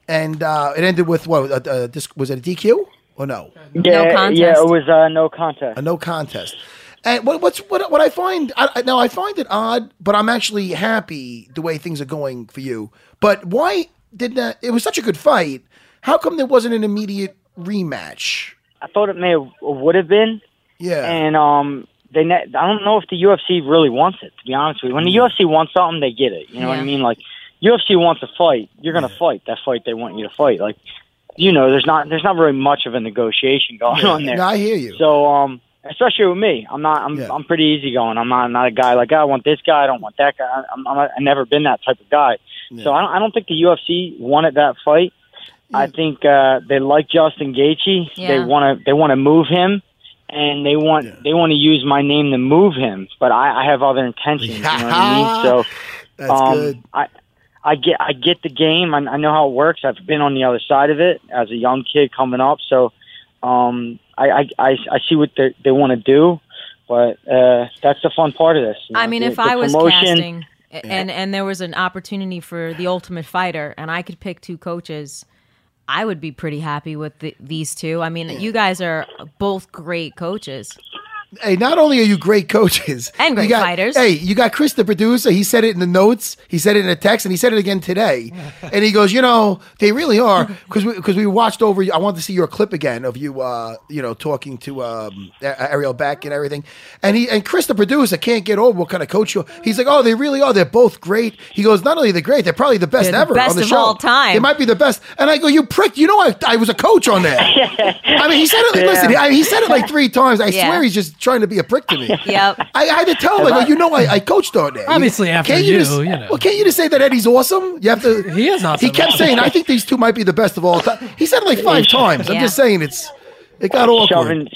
B: And uh, it ended with what? Uh, uh, this, was it a DQ or no?
D: Yeah,
G: contest.
D: yeah, it was uh, no contest.
B: a no contest. And what, what's what what I find I, I- now I find it odd, but I'm actually happy the way things are going for you. But why did that? It was such a good fight. How come there wasn't an immediate rematch?
D: I thought it may have, would have been,
B: Yeah,
D: and um, they ne- I don't know if the UFC really wants it. To be honest with you, when the UFC wants something, they get it. You know what I
G: Yeah.
D: mean? Like UFC wants a fight, you're gonna fight that fight they want you to fight. Like you know, there's not there's not really much of a negotiation going on there.
B: No, I hear you.
D: So, um, especially with me, I'm not. I'm
B: Yeah.
D: I'm pretty easygoing. I'm not I'm not a guy like "Oh, I want this guy. I don't want that guy. I- I'm, I'm not, I've never been that type of guy. So I don't, I don't think the UFC wanted that fight. I think uh, they like Justin Gaethje. They
G: Yeah.
D: want to they want to move him, and they want they want to use my name to move him. But I, I have other intentions. You know what I mean? So
B: That's
D: um,
B: good.
D: I I get I get the game. I, I know how it works. I've been on the other side of it as a young kid coming up. So um, I, I I I see what they they want to do, but uh, that's the fun part of this. you
G: I
D: know,
G: mean,
D: the-
G: if
D: the
G: I was
D: promotion-
G: casting a- and and there was an opportunity for the Ultimate Fighter, and I could pick two coaches, I would be pretty happy with the, these two. I mean, you guys are both great coaches.
B: Hey, not only are you great coaches
G: And great
B: you got,
G: fighters.
B: Hey, you got Chris, the producer. He said it in the notes. He said it in a text, and he said it again today. and he goes, you know, they really are because because we, watched over. you. I wanted to see your clip again of you, uh, you know, talking to um, A- Ariel Beck and everything. And he and Chris, the producer, can't get over what kind of coach you. are. He's like, oh, they really are. They're both great. He goes, not only they're great, they're probably the best
G: They're the
B: ever
G: best
B: on the
G: of
B: show.
G: all time.
B: They might be the best. And I go, you prick. You know, I, I was a coach on there. I mean, he said it. Listen, I, he said it like three times. I
G: Yeah.
B: swear he's just trying to be a prick to me.
G: Yep.
B: I, I had to tell him, like, oh, you know, I, I coached on there.
F: Obviously, after
B: Can't
F: you,
B: just,
F: you know.
B: Well, can't you just say that Eddie's awesome? You have to.
F: He is awesome.
B: He kept saying, I think these two might be the best of all time. He said it like five times. I'm
G: Yeah.
B: just saying it's. It got awkward.
D: shoving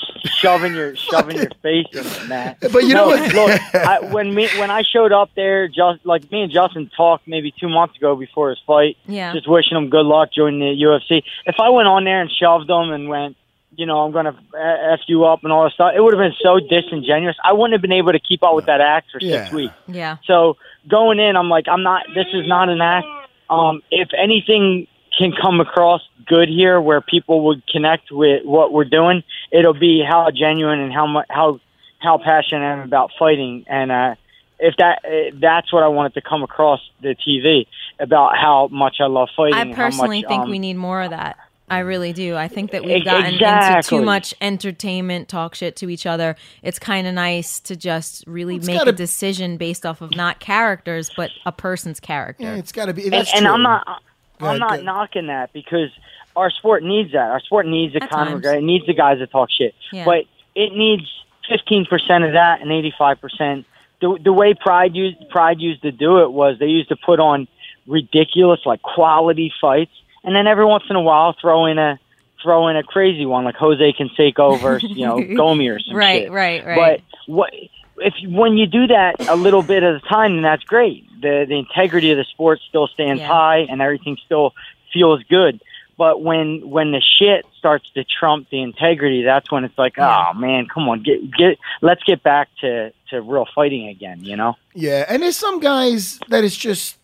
D: shoving your shoving your face in that.
B: But you know what?
D: look, I, when me when I showed up there, just like me and Justin talked maybe two months ago before his fight.
G: Yeah.
D: Just wishing him good luck joining the UFC. If I went on there and shoved him and went, you know, I'm going to f you up and all this stuff. It would have been so disingenuous. I wouldn't have been able to keep up with that act for six
B: Yeah.
D: weeks.
G: Yeah.
D: So going in, I'm like, I'm not. This is not an act. Um, if anything can come across good here, where people would connect with what we're doing, it'll be how genuine and how mu- how how passionate I am about fighting. And uh, if that uh, that's what I wanted to come across the TV about how much I love fighting.
G: I
D: how
G: personally
D: much,
G: think
D: um,
G: we need more of that. I really do. I think that
D: E-
G: we've gotten into
D: exactly.
G: too much entertainment, talk shit to each other. It's kind of nice to just really
B: It's
G: make
B: gotta-
G: a decision based off of not characters, but a person's character.
B: Yeah, it's got to be.
D: and,
B: That's
D: and
B: true.
D: I'm not
B: Go
D: I'm
B: ahead,
D: not
B: go-
D: knocking that because our sport needs that. Our sport needs the
G: At
D: con-
G: times.
D: it needs the guys that talk shit.
G: Yeah.
D: But it needs 15% of that and 85%. The, the way Pride used Pride used to do it was they used to put on ridiculous like quality fights and then every once in a while throw in a throw in a crazy one like Jose Canseco versus, you know, Gomi or some
G: Right,
D: shit.
G: right, right.
D: But what if you- when you do that a little bit at a time, then that's great. The the integrity of the sport still stands
G: Yeah.
D: high, and everything still feels good. But when when the shit starts to trump the integrity, that's when it's like, oh man, come on, get get let's get back to to real fighting again. You know?
B: Yeah, and there's some guys that it's just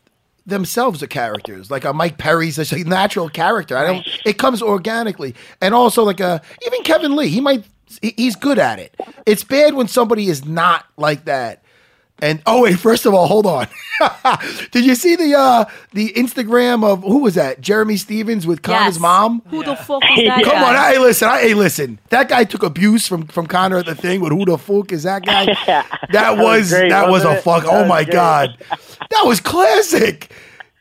B: themselves are characters. Like a Mike Perry's just a natural character. I don't. It comes organically, and also like a even Kevin Lee. He might. he- He's good at it. It's bad when somebody is not like that. And oh wait, first of all, hold on. Did you see the uh the Instagram of who was that? Jeremy Stevens with Connor's
G: Yes. Hmm.
B: mom.
G: Who the fuck is that?
B: Come
G: guy?
B: on,
D: uh,
B: hey, listen, I, hey, listen. That guy took abuse from from Connor at the thing with who the fuck is that guy? That
D: was
B: was
D: great,
B: that was
D: wasn't
B: a
D: it?
B: fuck.
D: That
B: Oh
D: was
B: my
D: great.
B: god, that was classic.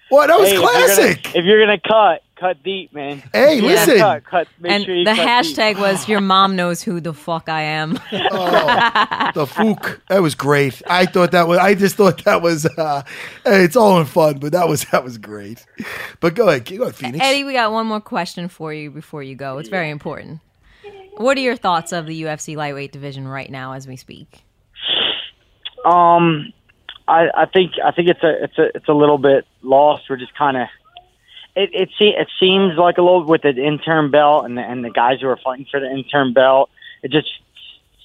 B: What? That was
D: Hey, if you're gonna-
B: classic.
D: If you're gonna cut, cut deep, man.
B: Hey,
G: Yeah.
B: listen.
D: Cut, cut. Make
G: and
D: sure you
G: the
D: cut deep.
G: hashtag was your mom knows who the fuck I am.
B: the fook. That was great. I thought that was. I just thought that was. uh It's all in fun, but that was that was great. But go ahead, go ahead, Phoenix.
G: Eddie, we got one more question for you before you go. It's very important. What are your thoughts of the UFC lightweight division right now as we speak?
D: Um, I, I think I think it's a it's a it's a little bit lost. We're just kind of it it, se- it seems like a little with the interim belt and the, and the guys who are fighting for the interim belt. It just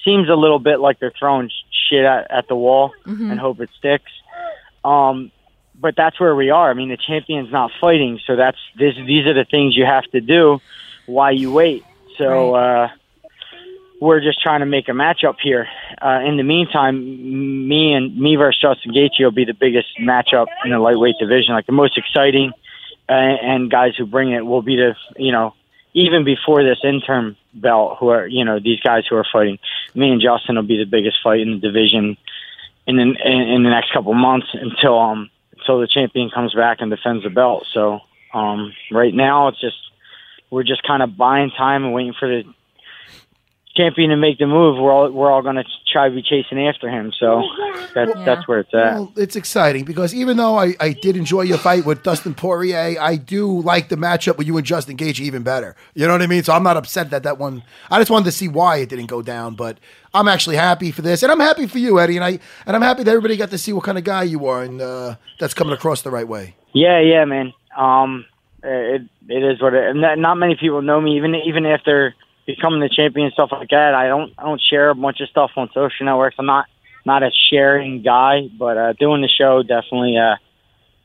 D: seems a little bit like they're throwing sh- shit at, at the wall and hope it sticks. Um, but that's where we are. I mean, the champion's not fighting, so that's this. These are the things you have to do while you wait. So. uh we're just trying to make a matchup here. Uh, in the meantime, m- me and me versus Justin Gaethje will be the biggest matchup in the lightweight division, like the most exciting. Uh, and guys who bring it will be the you know even before this interim belt, who are you know these guys who are fighting. Me and Justin will be the biggest fight in the division in the, in, in the next couple months until um until the champion comes back and defends the belt. So um, right now it's just we're just kind of buying time and waiting for the champion to make the move, we're all we're all going to try to be chasing after him. So that's
G: Yeah.
D: that's where it's at.
B: Well, it's exciting because even though I, I did enjoy your fight with Dustin Poirier, I do like the matchup with you and Justin Gage even better. You know what I mean? So I'm not upset that that one. I just wanted to see why it didn't go down, but I'm actually happy for this, and I'm happy for you, Eddie, and I and I'm happy that everybody got to see what kind of guy you are, and uh, that's coming across the right way.
D: Yeah, yeah, man. Um, it it is what it. And not, not many people know me, even even if they're becoming the champion and stuff like that. I don't I don't share a bunch of stuff on social networks. I'm not not a sharing guy, but uh, doing the show definitely uh,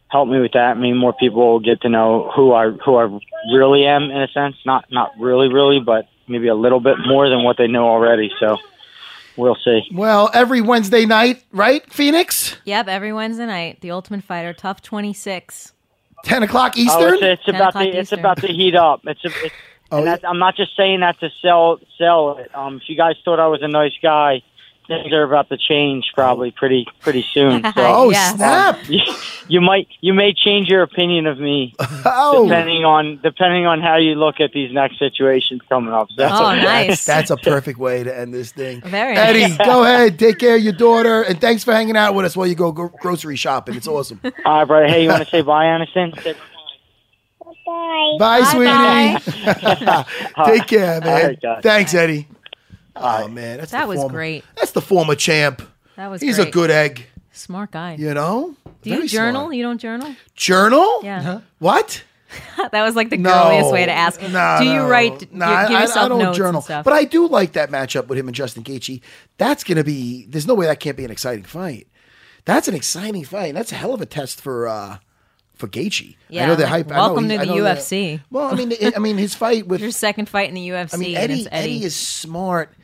D: helped me with that. I mean, more people will get to know who I who I really am in a sense. Not not really, really, but maybe a little bit more than what they know already. So we'll see.
B: Well, every Wednesday night, right, Phoenix,
G: Yep, every Wednesday night, The Ultimate Fighter, Tough 26.
B: ten o'clock
D: Oh, it's,
B: Eastern.
D: it's
G: 10
D: about
G: o'clock
D: the it's
G: Eastern.
D: about to heat up. It's, a, it's
B: Oh,
D: and that's, I'm not just saying that to sell sell it. Um, if you guys thought I was a nice guy, things are about to change probably pretty pretty soon. So
B: Oh
G: Yes.
B: snap!
D: you, you might you may change your opinion of me
B: Oh,
D: depending on depending on how you look at these next situations coming up. So
G: Oh, nice.
B: that's a perfect way to end this thing.
G: Very nice.
B: Eddie, go ahead. Take care of your daughter, and thanks for hanging out with us while you go gro- grocery shopping. It's awesome. Bye,
D: all right, brother. Hey, you want to say bye, Anderson? Say
G: Bye-bye.
B: sweetie. Take care,
D: All
B: man.
D: right, guys.
B: Thanks, Eddie. Oh man, that's
G: That
B: the
G: was
B: former-
G: great.
B: That's the former champ.
G: That was
B: He's a
G: great.
B: good egg.
G: Smart guy.
B: You know.
G: Do you
B: Very
G: journal?
B: smart.
G: You don't journal?
B: Journal? Uh-huh.
G: Yeah. Uh-huh.
B: What?
G: that was like the
B: No,
G: girliest way to ask.
B: No,
G: Do you
B: no.
G: write?
B: No,
G: you
B: I,
G: give
B: I- I
G: yourself
B: don't
G: notes
B: journal,
G: and stuff.
B: but I do like that matchup with him and Justin Gaethje. That's going to be. There's no way that can't be an exciting fight. That's an exciting fight. That's a hell of a test for uh, for Gaethje. I
G: Yeah,
B: know they're
G: like,
B: hype. I know
G: welcome
B: he-
G: to
B: I
G: the
B: know that-
G: UFC.
B: well, I mean, it, I mean, his fight with
G: your second fight in the UFC.
B: I mean,
G: and
B: Eddie,
G: it's Eddie.
B: Eddie is smart,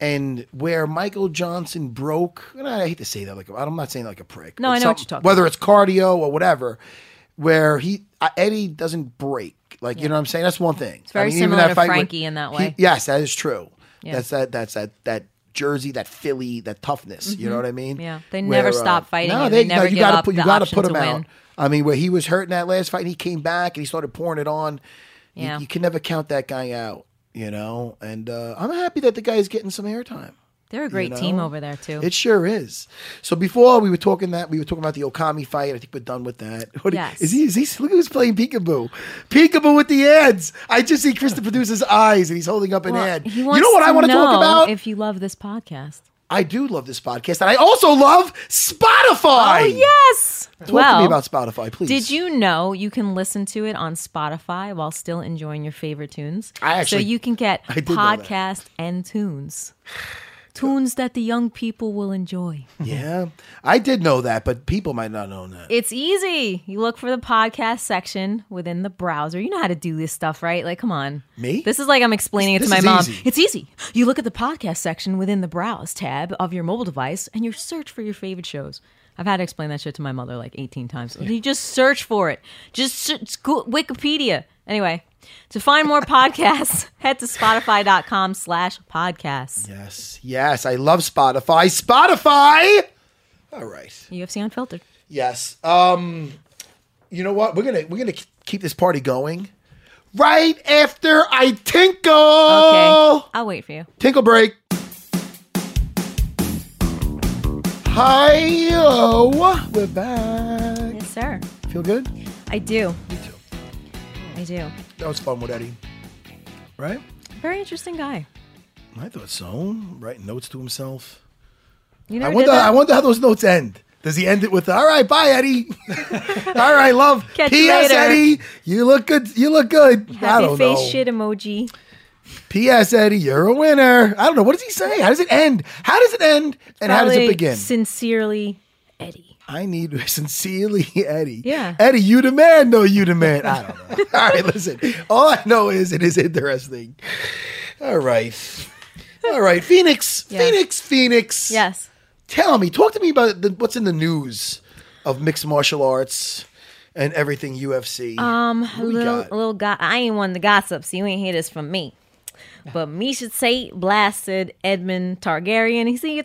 B: and where Michael Johnson broke, and I hate to say that, like I'm not saying like a prick.
G: No,
B: but
G: I know what
B: some-
G: you're talking
B: Whether it's cardio or whatever, where he uh, Eddie doesn't break, like you know what I'm saying. That's one thing. It's
G: very
B: I mean,
G: similar
B: even that
G: to
B: fight with-
G: Frankie in that
B: he-
G: way.
B: yes, that is true. That's that. That's that. That. Jersey, that Philly, that toughness. You know what I mean?
G: Mm-hmm.
B: uh,
G: Yeah. They never stop fighting and they never
B: you
G: give
B: gotta
G: up
B: put, you
G: the
B: gotta
G: option
B: put
G: to
B: him out.
G: win.
B: I mean, where he was hurt in that last fight, and he came back and he started pouring it on. You-
G: Yeah.
B: You, can never count that guy out, you know. And uh, I'm happy that the guy is getting some airtime.
G: They're a great
B: you
G: team
B: know?
G: over there too.
B: It sure is. So before we were talking that we were talking about the Okami fight. I think we're done with that. What do-
G: Yes.
B: Is he? Is he? Look who's playing peekaboo. Peekaboo with the ads. I just see Chris the producer's eyes, and he's holding up an
G: Well,
B: ad.
G: he
B: You know
G: wants
B: what I want to
G: know
B: talk about?
G: If you love this podcast,
B: I do love this podcast, and I also love Spotify.
G: oh yes.
B: Talk
G: well,
B: to me about Spotify, please.
G: Did you know you can listen to it on Spotify while still enjoying your favorite tunes?
B: I actually-
G: so you can get
B: I did know that.
G: podcast and tunes, tunes that the young people will enjoy.
B: Yeah, I did know that, but people might not know that.
G: It's easy. You look for the podcast section within the browser. You know how to do this stuff, right? Like, come on.
B: Me?
G: This is like I'm explaining
B: This-
G: it to my
B: this
G: mom.
B: is easy.
G: It's easy. You look at the podcast section within the browse tab of your mobile device and you search for your favorite shows. I've had to explain that shit to my mother like 18 times. You just search for it. Just search Go- Wikipedia. Anyway, to find more podcasts, head to spotify.com slash podcasts.
B: Yes, yes, I love Spotify. Spotify. All right.
G: UFC Unfiltered.
B: Yes. Um, you know what? We're gonna we're gonna keep this party going. Right after I tinkle.
G: Okay. I'll wait for you.
B: Tinkle break. Hi, we're back.
G: Yes, sir.
B: Feel good?
G: I do. I do.
B: That was fun with Eddie, right?
G: Very interesting guy.
B: I thought so. Writing notes to himself.
G: You
B: I
G: never
B: wonder.
G: did that?
B: I wonder how those notes end. Does he end it with "All right, bye, Eddie"? All right, love.
G: Catch you
B: P.S.
G: later.
B: Eddie, you look good. You look good. I
G: Happy
B: don't
G: face
B: know.
G: shit emoji.
B: P.S. Eddie, you're a winner. I don't know. What does he say? How does it end? How does it end? And how does it
G: Probably
B: begin?
G: Sincerely, Eddie.
B: I need sincerely, Eddie.
G: Yeah.
B: Eddie, you the man. No, you the man. I don't know. All right, listen. All I know is it is interesting. All right. All right, Phoenix,
G: Yeah.
B: Phoenix, Phoenix.
G: Yes.
B: Tell me, talk to me about the, what's in the news of mixed martial arts and everything UFC. Um,
G: A little, a little guy. I ain't one to gossip, so you ain't hear this from me. But Misha Tate blasted Edmund Targaryen. Is he a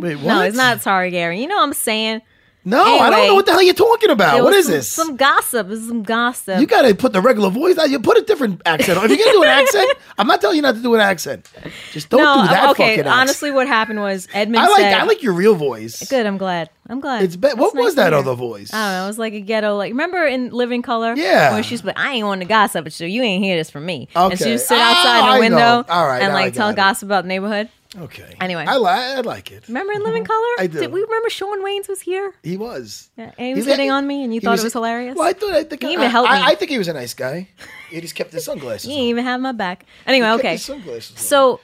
B: Wait,
G: No,
B: what?
G: he's not Targaryen. You know what I'm saying?
B: no, I don't
G: anyway,
B: know what the hell you're talking about.
G: There
B: Ah, What
G: was
B: is this?
G: some- Some gossip. This is some gossip.
B: you gotta put the regular voice out. You put a different accent on. If you're gonna do an accent, I'm not telling you not to do an accent. Just don't
G: no,
B: do that
G: okay.
B: fucking
G: Honestly, what happened was Edmund
B: accent. I
G: said,
B: like I like your real voice.
G: Good. I'm glad. I'm glad.
B: It's be-
G: That's
B: what
G: nice
B: was
G: to
B: that
G: hear.
B: other voice?
G: I don't know. It was like a ghetto. Like remember in Living Color?
B: Yeah.
G: When she's like, I ain't want to gossip, but you ain't hear this from me. And
B: Okay.
G: she would sit
B: Oh,
G: outside in
B: I
G: the window
B: know. All right,
G: and
B: now I
G: like tell
B: got it.
G: gossip about the neighborhood.
B: Okay.
G: Anyway.
B: I like I like it.
G: Remember in Living Color?
B: Uh-huh. I do.
G: Did we remember Sean Waynes was here?
B: He was.
G: Yeah, and he was hitting on me and you thought it was hilarious?
B: Well, I thought I think
G: He
B: I,
G: even helped
B: I,
G: me.
B: I think he was a nice guy. He just kept his sunglasses.
G: You
B: on.
G: didn't even have my back. Anyway,
B: kept
G: okay.
B: his sunglasses on.
G: So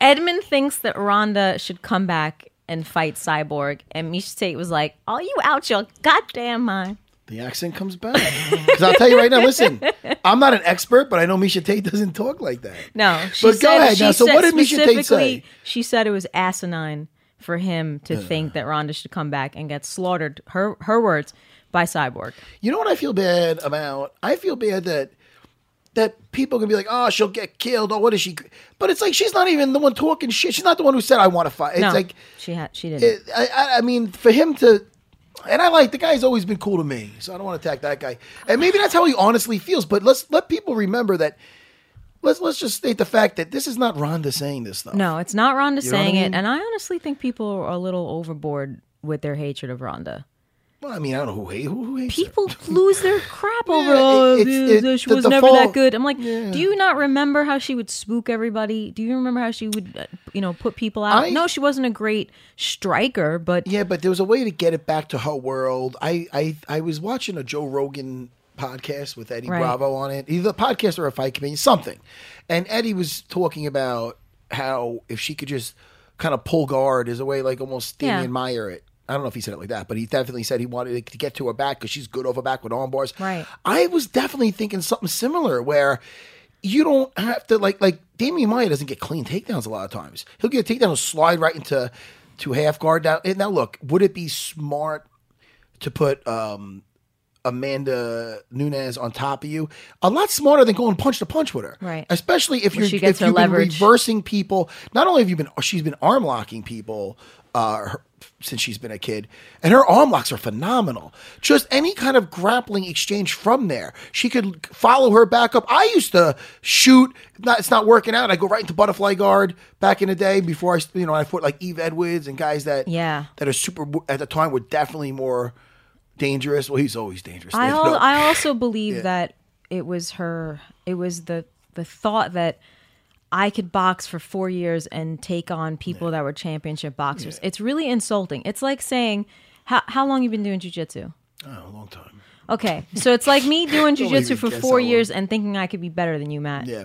G: Edmund thinks that Rhonda should come back and fight Cyborg, and Misha Tate was like, "Oh, you out your goddamn mind."
B: The accent comes back. Because I'll tell you right now, listen, I'm not an expert, but I know Misha Tate doesn't talk like that.
G: No, she
B: But go
G: said,
B: ahead
G: She
B: now. So
G: said
B: what did Misha Tate
G: specifically-
B: say?
G: She said it was asinine for him to think that Rhonda should come back and get slaughtered. Her her words by Cyborg.
B: You know what I feel bad about? I feel bad that that people are gonna be like, oh, she'll get killed. Oh, what is she? But it's like she's not even the one talking shit. She's not the one who said I want to fight. It's
G: no,
B: like
G: she had she didn't.
B: it, I, I, I mean, for him to, and I like the guy's always been cool to me, so I don't want to attack that guy. And maybe that's how he honestly feels. But let's let people remember that. Let's let's just state the fact that this is not Rhonda saying this stuff.
G: no, it's not Rhonda
B: what I
G: saying
B: mean?
G: it, and I honestly think people are a little overboard with their hatred of Rhonda.
B: Well, I mean, I don't know who hates who, who hates her.
G: People lose their crap over.
B: it-
G: "Oh,
B: it's-
G: this-
B: it-
G: this
B: the
G: was never
B: default-
G: that good. I'm like, do you not remember how she would spook everybody? Do you remember how she would, uh, you know, put people out?
B: I-
G: no, she wasn't a great striker, but
B: Yeah, but there was a way to get it back to her world. I I I was watching a Joe Rogan podcast with Eddie
G: Right.
B: Bravo on it, either a podcast or a fight comedian, something. And Eddie was talking about how if she could just kind of pull guard as a way, like almost
G: Yeah.
B: Damien Meyer it. I don't know if he said it like that, but he definitely said he wanted to get to her back because she's good over back with arm bars.
G: Right.
B: I was definitely thinking something similar where you don't have to like like Damian Maya doesn't get clean takedowns a lot of times. He'll get a takedown and slide right into to half guard down. And now look, would it be smart to put um Amanda Nunez on top of you? A lot smarter than going punch to punch with her.
G: Right.
B: Especially if
G: Where
B: you're
G: she
B: if
G: gets
B: you've
G: her
B: been
G: leverage.
B: reversing people. Not only have you been she's been arm locking people uh her, since she's been a kid, and her arm locks are phenomenal. Just any kind of grappling exchange from there, she could follow her back up. I used to shoot. Not it's not working out. I go right into butterfly guard back in the day before I you know I fought like Eve Edwards and guys that
G: Yeah.
B: that are super at the time were definitely more dangerous. Well, he's always dangerous.
G: I,
B: No.
G: al- I also believe that it was her. It was the the thought that I could box for four years and take on people that were championship boxers. It's really insulting. It's like saying, "How how long you been doing jujitsu?"
B: oh, a long time.
G: Okay, so it's like me doing
B: even
G: jujitsu for
B: guess how
G: four
B: long.
G: years and thinking I could be better than you, Matt.
B: Yeah,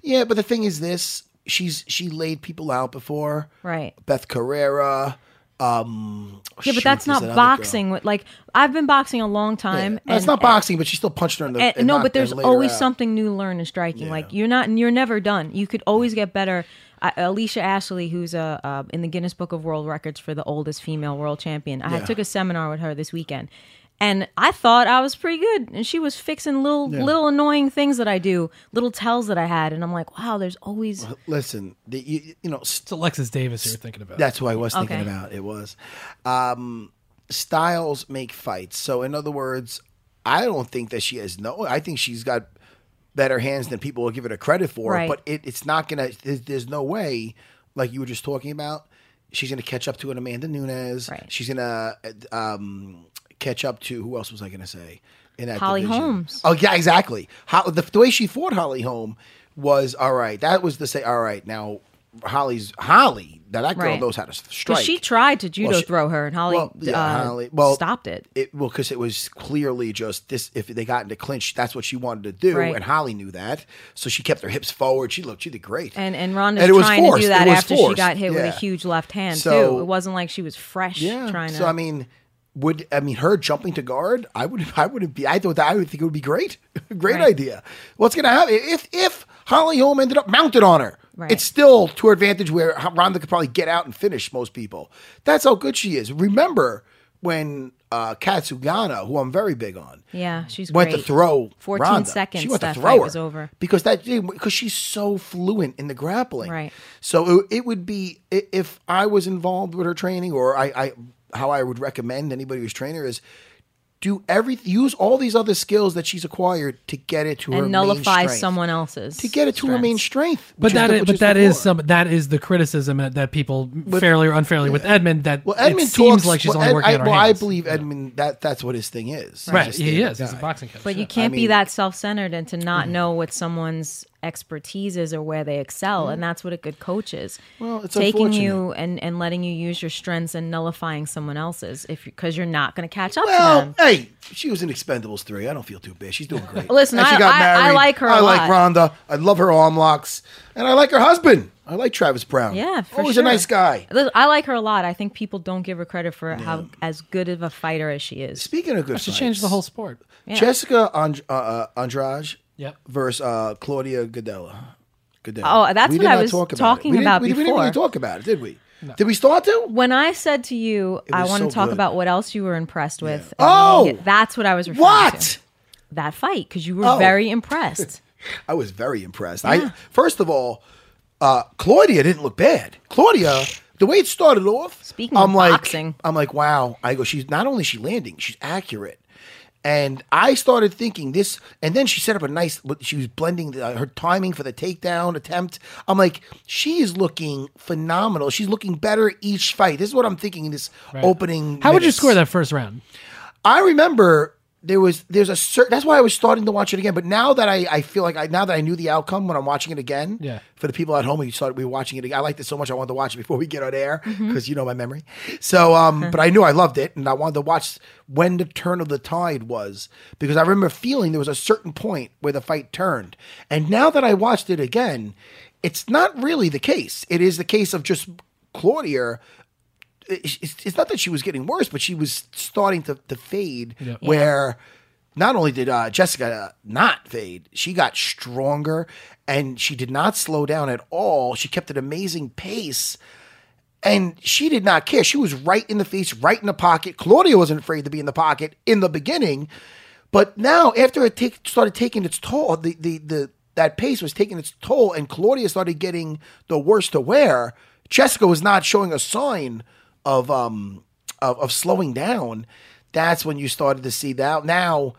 B: yeah. But the thing is, this she's she laid people out before.
G: Right.
B: Beth Carrera. um,
G: Yeah,
B: Shoot,
G: but that's
B: there's
G: not
B: another
G: boxing. With like I've been boxing a long
B: girl. Yeah.
G: time.
B: No, it's not boxing, but she still punched her in the.
G: and-
B: and
G: no,
B: knocked-
G: but there's
B: and laid her
G: always
B: out.
G: something new to learn in striking. Like you're not, you're never done. You could always get better. I, Alicia Ashley, who's uh, uh, in the Guinness Book of World Records for the oldest female world champion, I had- took a seminar with her this weekend, and I thought I was pretty good. And she was fixing little, little annoying things that I do, little tells that I had, and I'm like, wow, there's always
B: Listen, the, you, you know, st-
F: It's Alexis Davis you're thinking about.
B: that's who I was thinking
G: Okay.
B: about. It was, um, styles make fights. So in other words, I don't think that she has no. I think she's got better hands than people will give her credit for.
G: Right.
B: But it, it's not gonna. There's, there's no way, like you were just talking about, she's gonna catch up to an Amanda Nunes.
G: Right.
B: She's gonna uh, um, catch up to who else was I gonna say? In that
G: Holly
B: division?
G: Holmes.
B: Oh yeah, exactly. How the, the way she fought Holly Holm was all right. That was the say. All right, now Holly's Holly. Now that girl
G: Right.
B: knows how to s- strike.
G: because she tried to judo
B: she-
G: throw her, and Holly,
B: Well, yeah,
G: uh,
B: Holly- well,
G: stopped it.
B: It well because it was clearly just this. If they got into clinch, that's what she wanted to do,
G: Right.
B: and Holly knew that, so she kept her hips forward. She looked, she did great.
G: And and Ronda's
B: And it was
G: trying to
B: forced.
G: do that
B: It was
G: after she
B: forced.
G: got hit with a
B: Yeah.
G: huge left hand
B: So-
G: too. It wasn't like she was fresh trying to.
B: So I mean, would I mean her jumping to guard? I would. I would be. I thought that I would think it would be great. great
G: Right.
B: idea. What's going to happen if if Holly Holm ended up mounted on her?
G: Right.
B: It's still to her advantage where Ronda could probably get out and finish most people. That's how good she is. Remember when uh, Katsugana, who I'm very big on,
G: yeah, she's
B: went
G: great.
B: to throw
G: 14
B: Ronda.
G: seconds
B: She went
G: that
B: to
G: fight
B: throw her
G: was over.
B: because that because she's so fluent in the grappling.
G: Right.
B: So it, it would be i- if I was involved with her training, or I, I how I would recommend anybody who's trainer is do everything, use all these other skills that she's acquired to get it to her
G: and
B: main
G: nullify
B: strength.
G: someone else's
B: to get it to her main
G: strengths.
B: strength.
F: But
B: which
F: that
B: the-
F: is,
B: which
F: but that is
B: the core.
F: some that is the criticism that, that people fairly or unfairly with Edmund that
B: Well, Edmund
F: it seems
B: talks-
F: like she's
B: well,
F: only
B: Ed-
F: working
B: I,
F: on her
B: well, I
F: hands.
B: believe Edmund that that's what his thing is. He's
F: right
B: just
F: he
B: the
F: is he's a
B: guy.
F: boxing coach.
G: But
F: yeah.
G: you can't be that self-centered and to
B: Mm-hmm.
G: not know what someone's expertise is or where they excel, and that's what a good coach is.
B: Mm-hmm. Well, it's
G: taking you and and letting you use your strengths and nullifying someone else's if because you're not going to catch up to
B: Well,
G: them.
B: hey, she was in Expendables three. I don't feel too bad. She's doing great.
G: Listen,
B: And she
G: I-
B: got
G: I-
B: married.
G: I like her
B: I
G: a
B: like
G: lot.
B: Rhonda. I love her arm locks, and I like her husband. I like Travis Brown.
G: Yeah, for
B: oh, he's
G: sure.
B: a nice guy.
G: Li- I like her a lot. I think people don't give her credit for how as good of a fighter as she is.
B: Speaking of good,
F: she
B: fights,
F: changed the whole sport.
B: Jessica And- uh, uh, Andrade
F: Yep.
B: versus uh, Claudia Godella. Godella.
G: Oh, that's
B: we
G: what
B: did
G: I
B: not
G: was
B: talk about
G: talking
B: it. We didn't-
G: about
B: we, didn't- We didn't
G: before.
B: really talk about it, did we? Did we start to?
G: When I said to you, I
B: was
G: want
B: so
G: to talk
B: good.
G: about what else you were impressed with.
B: Oh!
G: and that's what I was referring
B: What?
G: to. That fight because you were
B: Oh.
G: very impressed.
B: I was very impressed. I first of all, uh, Claudia didn't look bad. Claudia, the way it started off,
G: Speaking
B: I'm
G: of
B: like,
G: boxing.
B: I'm like, wow. I go, she's not only is she landing, she's accurate. And I started thinking this, and then she set up a nice. She was blending the, her timing for the takedown attempt. I'm like, she is looking phenomenal. She's looking better each fight. This is what I'm thinking in this opening.
F: How would you
B: minutes.
F: score that first round?
B: I remember there was there's a certain that's why I was starting to watch it again. But now that I, I feel like I now that I knew the outcome when I'm watching it again,
F: Yeah.
B: For the people at home, we started we were watching it again. I liked it so much I wanted to watch it before we get on air because you know my memory. So um, but I knew I loved it and I wanted to watch when the turn of the tide was because I remember feeling there was a certain point where the fight turned. And now that I watched it again, it's not really the case. It is the case of just Claudia it's, it's not that she was getting worse, but she was starting to, to fade. Where not only did uh, Jessica not fade, she got stronger and she did not slow down at all. She kept an amazing pace and she did not care. She was right in the face, right in the pocket. Claudia wasn't afraid to be in the pocket in the beginning, but now after it take, started taking its toll, the the the that pace was taking its toll, and Claudia started getting the worst to wear. Jessica was not showing a sign of um of, of slowing down. That's when you started to see that. Now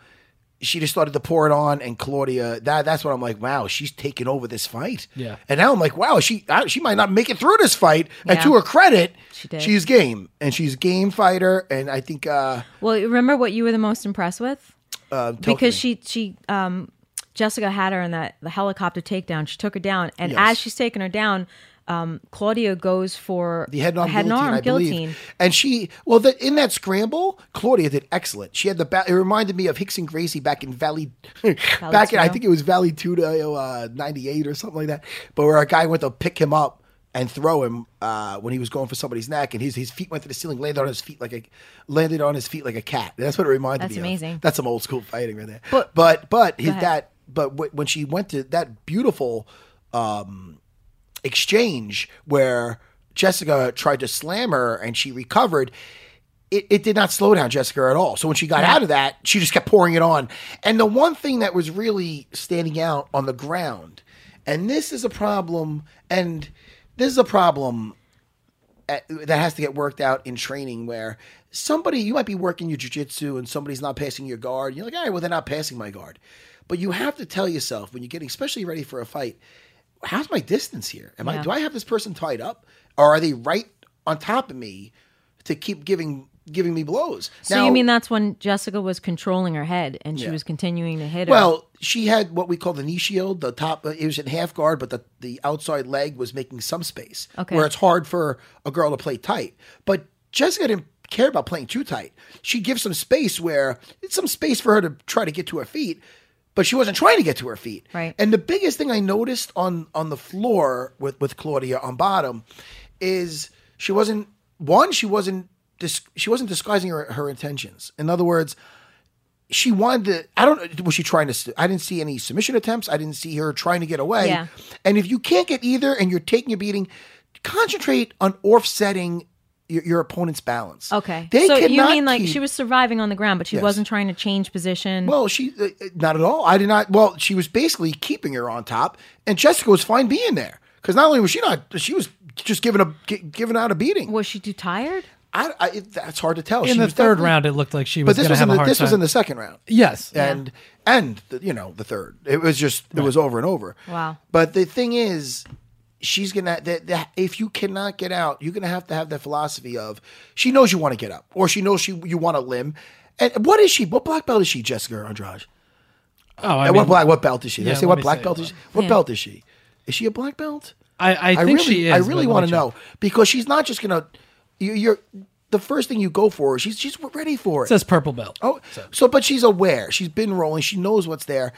B: she just started to pour it on, and Claudia. That that's when I'm like, wow, she's taking over this fight.
F: Yeah.
B: And now I'm like, wow, she I, she might not make it through this fight. And
G: Yeah.
B: to her credit,
G: She did.
B: she's game and she's game fighter. And I think uh,
G: Well, you remember what you were the most impressed with?
B: uh
G: because she she um Jessica had her in that the helicopter takedown. She took her down, and
B: Yes.
G: as she's taking her down, um, Claudia goes for
B: the head and arm
G: head and
B: guillotine,
G: arm
B: I believe.
G: guillotine.
B: And she well the, in that scramble, Claudia did excellent. She had the ba- it reminded me of Hicks and Gracie back in Valley back in I
G: Valletudo.
B: think it was Valley Tudo uh, 98 or something like that. But where a guy went to pick him up and throw him uh, when he was going for somebody's neck and his, his feet went to the ceiling, landed on his feet like a landed on his feet like a cat. That's what it reminded
G: That's
B: me of.
G: amazing.
B: That's some old school fighting right there. But
G: But-
B: but but his,
G: ahead.
B: that but w- when she went to that beautiful um, exchange where Jessica tried to slam her and she recovered, it, it did not slow down Jessica at all. So when she got out of that, she just kept pouring it on. And the one thing that was really standing out on the ground, and this is a problem, and this is a problem at- that has to get worked out in training where somebody you might be working your jujitsu and somebody's not passing your guard. You're like, all right, well they're not passing my guard, but you have to tell yourself when you're getting especially ready for a fight, how's my distance here? Am I
G: Yeah.
B: do I have this person tied up or are they right on top of me to keep giving giving me blows?
G: So you mean that's when Jessica was controlling her head and she
B: Yeah.
G: was continuing to hit her?
B: Well, she had what we call the knee shield. The top, uh, it was in half guard, but the, the outside leg was making some space.
G: Okay.
B: Where it's hard for a girl to play tight. But Jessica didn't care about playing too tight. She gives some space where it's some space for her to try to get to her feet, but she wasn't trying to get to her feet.
G: Right.
B: And the biggest thing I noticed on on the floor with with Claudia on bottom is she wasn't one. She wasn't. Dis- she wasn't disguising her, her intentions. In other words, she wanted to i don't was she trying to i didn't see any submission attempts i didn't see her trying to get away
G: Yeah.
B: and if you can't get either and you're taking a beating concentrate on offsetting your, your opponent's balance
G: okay.
B: they
G: so you
B: cannot
G: mean like
B: keep-
G: she was surviving on the ground, but she
B: Yes.
G: wasn't trying to change position?
B: well she uh, uh, not at all i did not well she was basically keeping her on top and jessica was fine being there because not only was she not she was just giving a gi- giving out a beating
G: was she too tired?
B: I, I it, that's hard to tell
F: In
B: She
F: the
B: was
F: third
B: definitely-
F: round, it looked like she was
B: but this
F: going to
B: was in
F: have a
B: the,
F: hard
B: this
F: time.
B: was in the second round
F: yes.
B: and and the, you know the third it was just it was over and over
G: Wow.
B: but the thing is she's gonna that, that if you cannot get out you're gonna have to have that philosophy of she knows you want to get up or she knows she you want a limb and what is she what black belt is she jessica andrade
F: Oh, I,
B: And what
F: mean,
B: black what belt is she did i
F: yeah,
B: say
F: let
B: what
F: me
B: black
F: say
B: belt
F: it.
B: is she what
G: Yeah.
B: belt is she is she a black belt
F: I, I
B: really,
F: think she is.
B: I
F: but let
B: really
F: me
B: want to
F: check.
B: know because she's not just gonna you, you're the first thing you go for she's she's ready for
F: It
B: it
F: says purple belt.
B: Oh, so. but she's aware. She's been rolling. She knows what's there.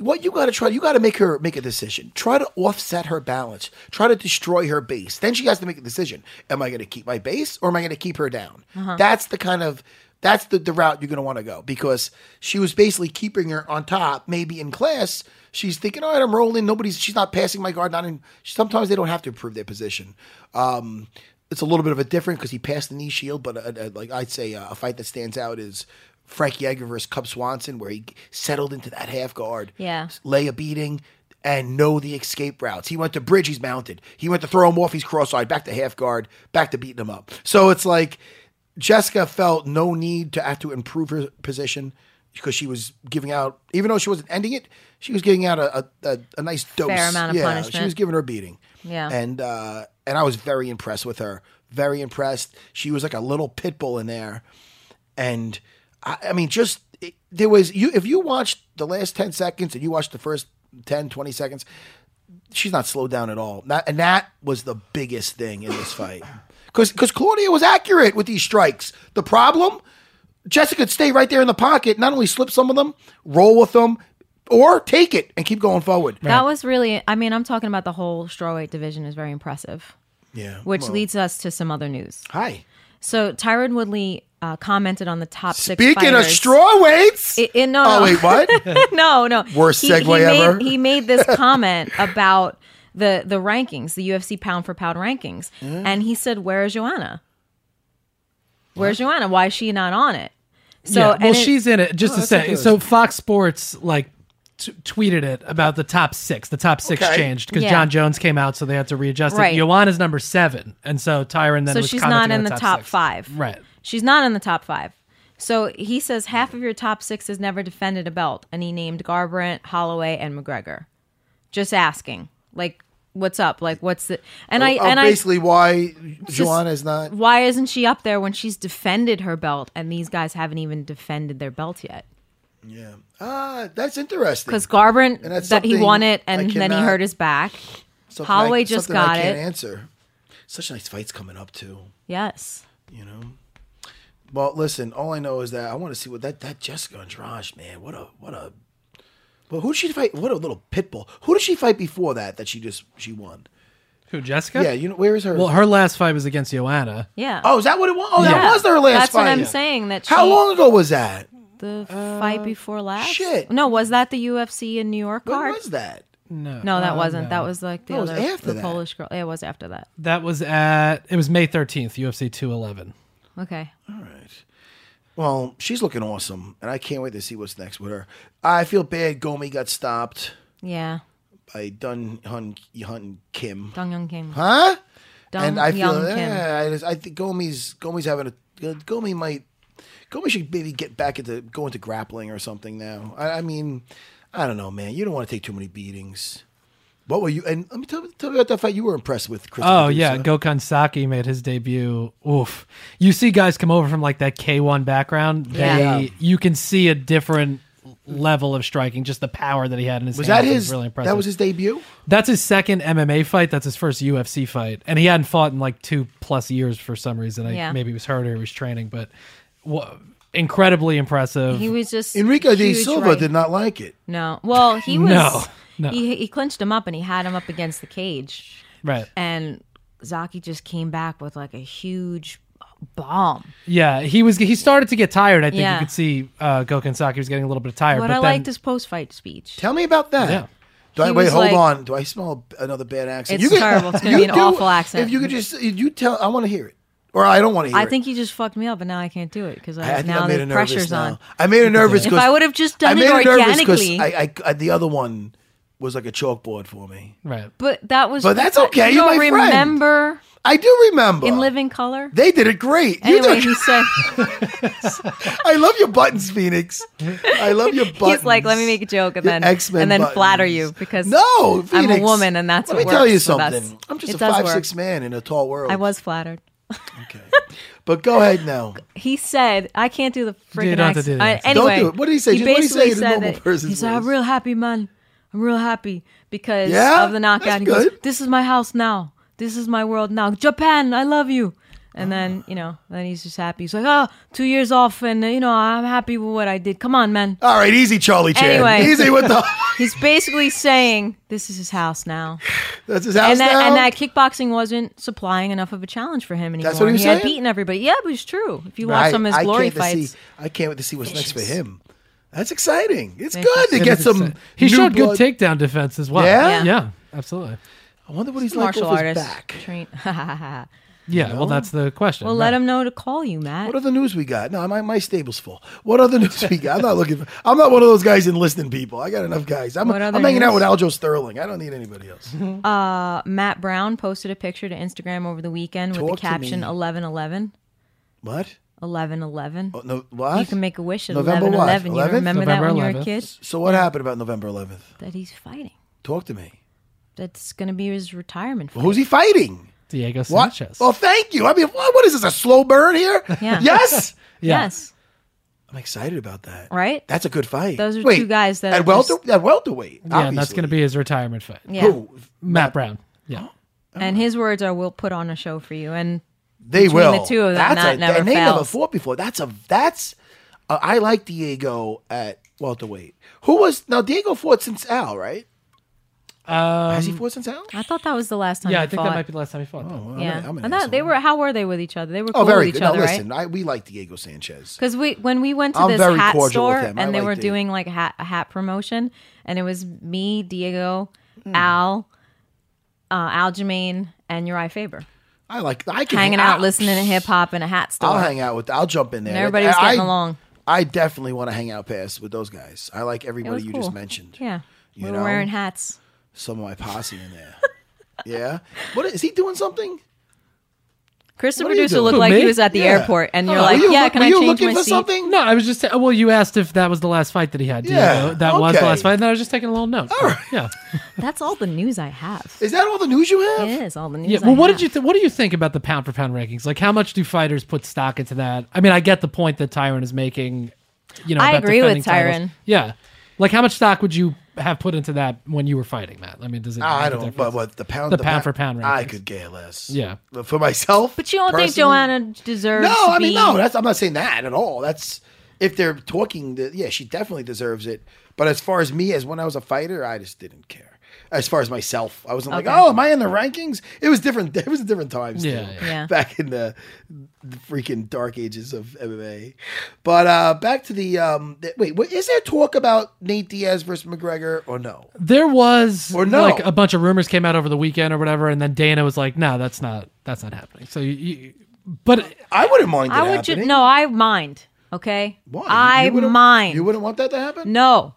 B: What you got to try, you got to make her make a decision. Try to offset her balance. Try to destroy her base. Then she has to make a decision. Am I going to keep my base or am I going to keep her down? That's the kind of that's the, the route you're going to want to go because she was basically keeping her on top. Maybe in class, she's thinking, "All right, I'm rolling. Nobody's. She's not passing my guard. Not in." Sometimes they don't have to improve their position. Um, it's a little bit of a different because he passed the knee shield, but uh uh like I'd say, uh, a fight that stands out is Frank Yeager versus Cub Swanson, where he settled into that half guard,
G: Yeah.
B: lay a beating, and know the escape routes. He went to bridge, he's mounted. He went to throw him off, he's cross-eyed, back to half guard, back to beating him up. So it's like Jessica felt no need to have to improve her position because she was giving out, even though she wasn't ending it, she was giving out a a, a, a nice dose.
G: amount of
B: yeah, she
G: punishment.
B: was giving her a beating.
G: Yeah.
B: And uh and I was very impressed with her. Very impressed. She was like a little pit bull in there. And I, I mean just it, there was you if you watched the last 10 seconds and you watched the first 10 20 seconds she's not slowed down at all Not- and that was the biggest thing in this fight because claudia was accurate with these strikes the problem jessica could stay right there in the pocket not only slip some of them roll with them or take it and keep going forward
G: That was really, I mean, I'm talking about the whole strawweight division is very impressive,
B: yeah
G: which leads us to some other news.
B: hi
G: So Tyron Woodley uh, commented on the top six.
B: speaking of
G: fighters-
B: straw weights
G: I- I- no,
B: oh
G: no.
B: wait what
G: no, no.
B: Worst
G: He- he
B: segue
G: made-
B: ever.
G: He made this comment about the the rankings, the UFC pound for pound rankings, and he said, "Where is Joanna? Where's Joanna? Why is she not on it?" So
F: yeah.
G: and
F: well,
G: it-
F: she's in it.
B: Oh,
F: Just to say, so Fox Sports like t- tweeted it about the top six. The top six
B: Okay.
F: changed because
G: Yeah.
F: John Jones came out, so they had to readjust
G: Right.
F: it. Joanna's number seven, and so Tyron then
G: so
F: was
G: she's
F: commenting
G: not in
F: on
G: the top
F: six.
G: five.
F: Right.
G: She's not in the top five. So he says half of your top six has never defended a belt, and he named Garbrandt, Holloway, and McGregor. Just asking, like, what's up? Like, what's the? And I
B: Oh,
G: and I
B: basically why joanna is not
G: why isn't she up there when she's defended her belt and these guys haven't even defended their belt yet?
B: yeah ah that's interesting
G: Because Garbrandt,
B: And that's
G: that he
B: something
G: won it
B: I
G: and then he
B: cannot-
G: hurt his back.
B: Something
G: Holloway just
B: something
G: got
B: I can't
G: it.
B: Answer. Such nice fights coming up too.
G: Yes.
B: You know. Well, listen. All I know is that I want to see what that that Jessica Andrade man. What a what a. Well, who did she fight? What a little pit bull. Who did she fight before that? That she just she won.
F: Who Jessica?
B: Yeah, you know where is her?
F: Well, her last fight was against Joanna.
G: Yeah.
B: oh, is that what it was? Oh,
G: Yeah.
B: that was their last
G: That's
B: fight.
G: what I'm saying. That she,
B: How long ago was that?
G: The fight before last.
B: shit.
G: No, was that the UFC in New York
B: When
G: card?
B: was that?
G: No, that wasn't. That was like the
B: No, it was
G: other
B: after
G: the
B: that.
G: Polish girl. Yeah, it was after that.
F: That was at it was May thirteenth, UFC two eleven.
G: Okay.
B: Well, she's looking awesome, and I can't wait to see what's next with her. I feel bad. Gomi got stopped
G: Yeah.
B: by Dun Hun Hun Kim.
G: Dong Young Kim.
B: Huh?
G: Dong
B: and I feel,
G: Young Kim.
B: yeah, I, just- I think Gomi's Gomi's having a Gomi might Gomi should maybe get back into go into grappling or something now. I, I mean, I don't know, man. You don't want to take too many beatings. What were you? And let me tell, tell me about that fight. You were impressed with Chris.
F: Oh yeah, Gokhan Saki made his debut. Oof. You see guys come over from like that K1 background,
G: Yeah.
F: they you can see a different level of striking, just the power that he had in his
B: was that
F: hands
B: his?
F: really impressive.
B: that was his debut.
F: That's his second MMA fight, that's his first UFC fight. And he hadn't fought in like 2 plus years for some reason. I,
G: Yeah.
F: maybe he was hurt or he was training, but wha- incredibly impressive.
G: He was just
B: Enrico de
G: huge
B: Silva
G: right-
B: did not like it.
G: No. Well, he was.
F: No, no.
G: He, he clinched him up and he had him up against the cage.
F: right.
G: And Zaki just came back with like a huge bomb.
F: Yeah, he was he started to get tired. I think
G: Yeah.
F: you could see uh Gokhan Saki was getting a little bit tired,
G: What
F: but
G: I
F: then
G: liked is post fight speech.
B: Tell me about that.
F: Yeah.
B: Do I,
G: He
B: wait,
G: was
B: hold
G: like-
B: on. Do I smell another bad accent?
G: It's terrible. It's gonna
B: you
G: be an awful accent.
B: If you could just, you tell. I want to hear it, or I don't want to hear
G: I
B: it.
G: think you just fucked me up, and now I can't do it because
B: I, I think
G: now
B: I made
G: the
B: her nervous
G: pressure's
B: now.
G: on.
B: I made her nervous.
G: If
B: 'cause-
G: I would've just done
B: I
G: it
B: made her nervous 'cause
G: organically.
B: I, I, I, the other one was like a chalkboard for me.
F: right.
G: But that was.
B: But that's okay,
G: You
B: you're
G: don't
B: my friend.
G: remember
B: I do remember.
G: in Living Color?
B: they did it great.
G: anyway,
B: you
G: he
B: did,
G: said
B: I love your buttons, Phoenix. I love your buttons.
G: he's like, "Let me make a joke and
B: Your
G: then
B: X-Men
G: and then
B: buttons.
G: flatter you because
B: no,
G: I'm
B: Phoenix.
G: a woman and that's
B: Let
G: what
B: me tell you
G: works with us.
B: something. I'm just
G: It
B: a
G: does
B: five
G: work.
B: six man in a tall world.
G: I was flattered."
B: Okay. but go ahead now.
G: he said, I can't do the freaking
F: don't have to do
G: accent.
F: the
G: I-
F: accent.
G: anyway,
B: Don't do it. What did he say? Just what did he say
G: basically
B: in a
G: said
B: normal
G: that-
B: person's
G: He said, "I'm
B: voice?"
G: real happy, man. I'm real happy because
B: Yeah?
G: of the knockout."
B: That's
G: He goes,
B: good.
G: "This is my house now. This is my world now. Japan, I love you." And then you know, then he's just happy. He's like, "Oh, two years off, and uh, you know, I'm happy with what I did. Come on, man."
B: All right, easy, Charlie Chan.
G: Anyway.
B: Easy with the.
G: He's basically saying, "This is his house now."
B: That's his house
G: and that,
B: now.
G: and that kickboxing wasn't supplying enough of a challenge for him anymore.
B: That's what he was
G: he had
B: saying?
G: beaten everybody. Yeah, but it's true. If you
B: I-
G: watch some of his
B: I
G: glory
B: can't wait to
G: fights,
B: see- I can't wait to see what's next for him. That's exciting. It's good to
F: It
B: get
F: is
B: some.
F: exciting. He
B: new
F: showed
B: blood.
F: good takedown defense as well.
B: Yeah?
G: Yeah.
F: yeah, absolutely.
B: I wonder what he's like
G: martial
B: off his
G: artist.
B: back.
G: Train. well,
F: Yeah, well, that's the question.
G: let
F: right.
G: him know to call you, Matt.
B: What other news we got? No, my, my stable's full. What other news we got? I'm not looking. For, I'm not one of those guys enlisting people. I got enough guys. I'm,
G: What
B: I'm
G: other
B: hanging out with
G: news?
B: Aljo Sterling. I don't need anybody else.
G: Uh, Matt Brown posted a picture to Instagram over the weekend with
B: Talk
G: the
B: to
G: caption
B: me.
G: 1111.
B: what?
G: 1111.
B: Oh, no, what?
G: You can make a wish at
B: November what?
G: 1111. You
B: 11th?
G: remember that
F: November
G: when you were
F: 11th.
G: a kid?
B: so what happened about November 11th?
G: That he's fighting.
B: Talk to me.
G: That's going to be his retirement fight.
B: Well, who's he fighting?
F: Diego
B: What? Oh,
F: Sanchez.
B: Well, thank you. I mean, what, what is this? A slow burn here?
G: Yeah.
B: Yes.
F: Yeah.
G: Yes.
B: I'm excited about that.
G: right?
B: That's a good fight.
G: Those are
H: Wait,
G: two guys that
H: at
G: are just-
H: welter at welterweight.
F: Yeah, and that's going to be his retirement fight.
G: yeah.
B: Who?
F: Matt Brown. Yeah.
B: Oh.
G: And his words are, "We'll put on a show for you." And
B: They
G: Between the two of them,
B: That's
G: that
B: a,
G: never
B: and they never
G: fails.
B: fought before. That's a that's. Uh, I like Diego at welterweight. Who was now Diego fought since Al, right? Has he fought since Al?
G: I thought that was the last time.
F: Yeah,
G: he
F: I think
G: fought.
F: that might be the last time he fought. though.
G: Yeah,
B: I'm an
G: I thought they were. How were they with each other? They were cool
B: Oh, very
G: with each
B: good. Now
G: other, right?
B: listen, I, we like Diego Sanchez.
G: Because we when we went to
B: I'm
G: this
B: very
G: hat
B: cordial with
G: store
B: him.
G: and
B: I
G: they
B: like
G: were
B: Dave.
G: doing like hat hat promotion, and it was me, Diego,
B: Hmm.
G: Al, uh, Al Jermaine, and Uriah Faber
B: I like I can
G: hanging
B: I-
G: out, listening to hip hop in a hat store.
B: I'll hang out with. I'll jump in there.
G: And everybody was
B: I-
G: getting
B: I-
G: along.
B: I definitely want to hang out past with those guys. I like
G: It
B: everybody
G: was
B: you
G: cool.
B: just mentioned.
G: Yeah,
B: You
G: we were
B: know?
G: wearing hats.
B: Some of my posse in there. yeah. What is he doing? Something?
G: Chris, the
B: What are you
G: producer,
B: doing?
G: looked
F: Who,
G: like
F: me?
G: he was at the
B: Yeah.
G: airport, and you're
B: Were
G: like,
B: you
G: "Yeah,
B: look-
G: can
B: were
G: I
B: you
G: change
B: looking
G: my
B: for
G: seat?"
B: something?
F: No, I was just ta- well. You asked if that was the last fight that he had.
B: Yeah,
F: Diego. that was the
B: okay.
F: last fight. And then I was just taking a little note. Yeah,
G: That's all the news I have.
B: Is that all the news you have?
G: It is all the news.
F: yeah.
G: I
F: Well, what did
G: have.
F: you th- what do you think about the pound for pound rankings? Like, how much do fighters put stock into that? I mean, I get the point that Tyron is making. You know,
G: I
F: about
G: agree with
F: defending titles.
G: Tyron.
F: Yeah, like how much stock would you have put into that when you were fighting Matt? I mean, does it?
B: Ah, I
F: make a
B: don't.
F: difference?
B: But what the pound?
F: The pound for pound
B: I
F: rankings.
B: could care less.
F: Yeah.
B: But for myself.
G: But you don't think
B: personally-
G: Joanna deserves?
B: No,
G: to
B: I mean
G: be-
B: no. That's I'm not saying that at all. That's if they're talking. The, yeah, she definitely deserves it. But as far as me, as when I was a fighter, I just didn't care. As far as myself, I wasn't like,
G: Okay.
B: oh, am I in the rankings? It was different. It was different times.
F: Yeah,
B: too,
F: yeah.
G: Yeah.
B: Back in the, the freaking dark ages of MMA. But uh back to the um. th- wait, what, is there talk about Nate Diaz versus McGregor or no?
F: There was
B: Or no.
F: like a bunch of rumors came out over the weekend or whatever, and then Dana was like, "No, that's not that's not happening." So, you, you, but
B: I wouldn't mind. It
G: I would
B: happening.
G: just no. I mind. Okay.
B: Why? You-
G: I
B: you wouldn't-
G: mind.
B: You wouldn't want that to happen.
G: no.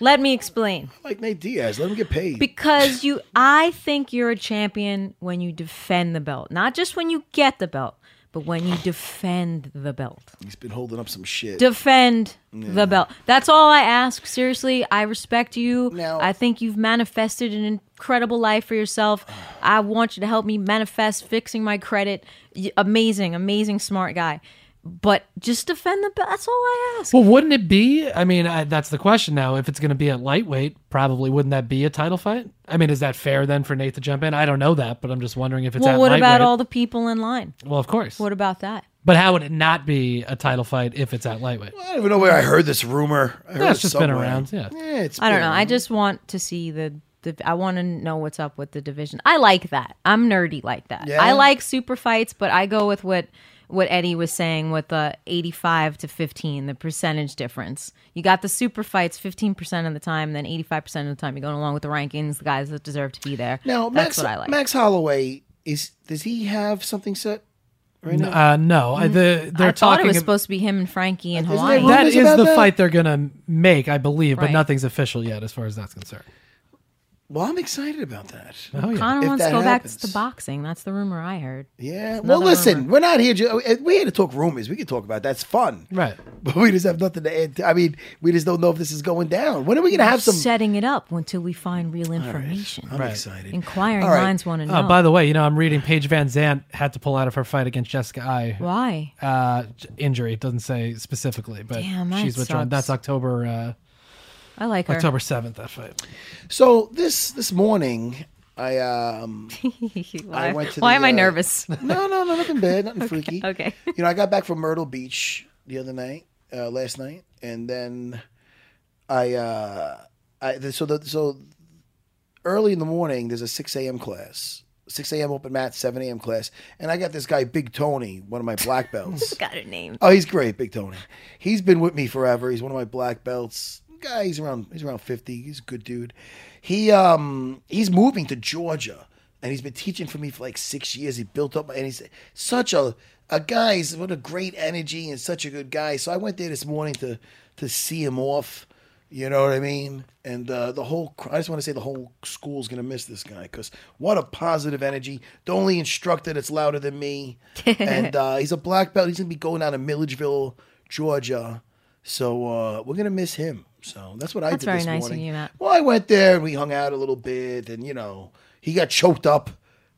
G: Let me explain.
B: Like Nate Diaz, let him get paid.
G: Because you, I think you're a champion when you defend the belt, not just when you get the belt, but when you defend the belt.
B: He's been holding up some shit.
G: Defend the belt. That's all I ask. Seriously, I respect you.
B: Now-
G: I think you've manifested an incredible life for yourself. I want you to help me manifest fixing my credit. Y- Amazing, amazing, smart guy. But just defend the belt. That's all I ask.
F: well, wouldn't it be? I mean, I, that's the question now. If it's going to be at lightweight, probably wouldn't that be a title fight? I mean, is that fair then for Nate to jump in? I don't know that, but I'm just wondering if it's
G: well,
F: at
G: what
F: lightweight.
G: about all the people in line?
F: well, of course.
G: What about that?
F: but how would it not be a title fight if it's at lightweight?
B: I don't even know where I heard this rumor. I heard
F: That's
B: it
F: just been
B: somewhere.
F: around, yeah.
B: yeah it's
G: I don't
B: been
G: know. I just want to see the. the I want to know what's up with the division. I like that. I'm nerdy like that.
B: Yeah?
G: I like super fights, but I go with what what Eddie was saying with the 85 to 15, the percentage difference. You got the super fights 15% of the time, then 85% of the time you're going along with the rankings, the guys that deserve to be there.
B: Now, Max,
G: that's what I like.
B: Max Holloway is. Does he have something set?
F: Uh, no, I, the, they're
G: Mm. I thought
F: talking.
G: it was
F: ab-
G: supposed to be him and Frankie in
B: there
G: Hawaii.
B: rumors
F: that is
B: about
F: the
B: that?
F: fight they're going to make, I believe, but
G: Right.
F: nothing's official yet as far as that's concerned.
B: Well, I'm excited about that.
F: Oh, yeah.
G: Connor
B: If
G: wants to
B: that
G: go back
B: happens.
G: to boxing. That's the rumor I heard.
B: Yeah. Well,
G: another
B: listen,
G: rumor.
B: we're not here. Just, we're here to talk rumors. We can talk about that. that's fun,
F: Right.
B: But we just have nothing to add. To, I mean, we just don't know if this is going down. When are we going to have some?
G: setting it up until we find real information.
B: I'm excited.
G: Inquiring
B: All right.
G: minds want to know.
F: Uh, by the way, you know, I'm reading Paige Van Zant had to pull out of her fight against Jessica I.
G: Why?
F: uh, j- injury. It doesn't say specifically, but
G: Damn, that
F: she's withdrawn.
G: sucks.
F: That's October uh,
G: I like her.
F: October seventh. That fight.
B: So this this morning, I um
G: why
B: I went to
G: why
B: the,
G: am I
B: uh,
G: nervous?
B: no no no, nothing bad, nothing freaky.
G: okay.
B: you know, I got back from Myrtle Beach the other night, uh, last night, and then I, uh, I th- so the, so early in the morning there's a six a.m. class, six a.m. open mat, seven a.m. class, and I got this guy Big Tony, one of my black belts.
G: Got her name.
B: Oh, he's great, Big Tony. He's been with me forever. He's one of my black belts. Guy, he's around he's around fifty. He's a good dude. He um he's moving to Georgia, and he's been teaching for me for like six years. He built up, and he's such a a guy. He's what a great energy and such a good guy. So I went there this morning to to see him off. You know what I mean? And uh, the whole, cr- I just want to say the whole school's going to miss this guy because what a positive energy. The only instructor that's louder than me. and uh, he's a black belt. He's going to be going down to Milledgeville, Georgia. So uh, we're going to miss him. So that's what I
G: That's
B: did
G: very
B: this
G: nice of
B: morning.
G: you, Matt.
B: Well, I went there and we hung out a little bit and, you know, he got choked up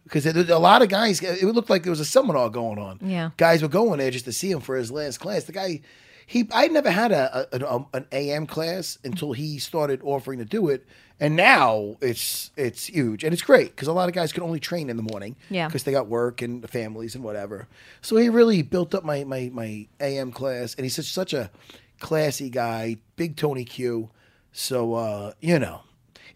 B: because a lot of guys. It looked like there was a seminar going on.
G: Yeah.
B: guys were going there just to see him for his last class. The guy, he, I never had a, a- an, um, an AM class until he started offering to do it, and now it's it's huge and it's great because a lot of guys can only train in the morning.
G: Yeah.
B: because they got work and families and whatever. So he really built up my my my AM class, and he's such such a classy guy, big Tony Q. So uh, you know.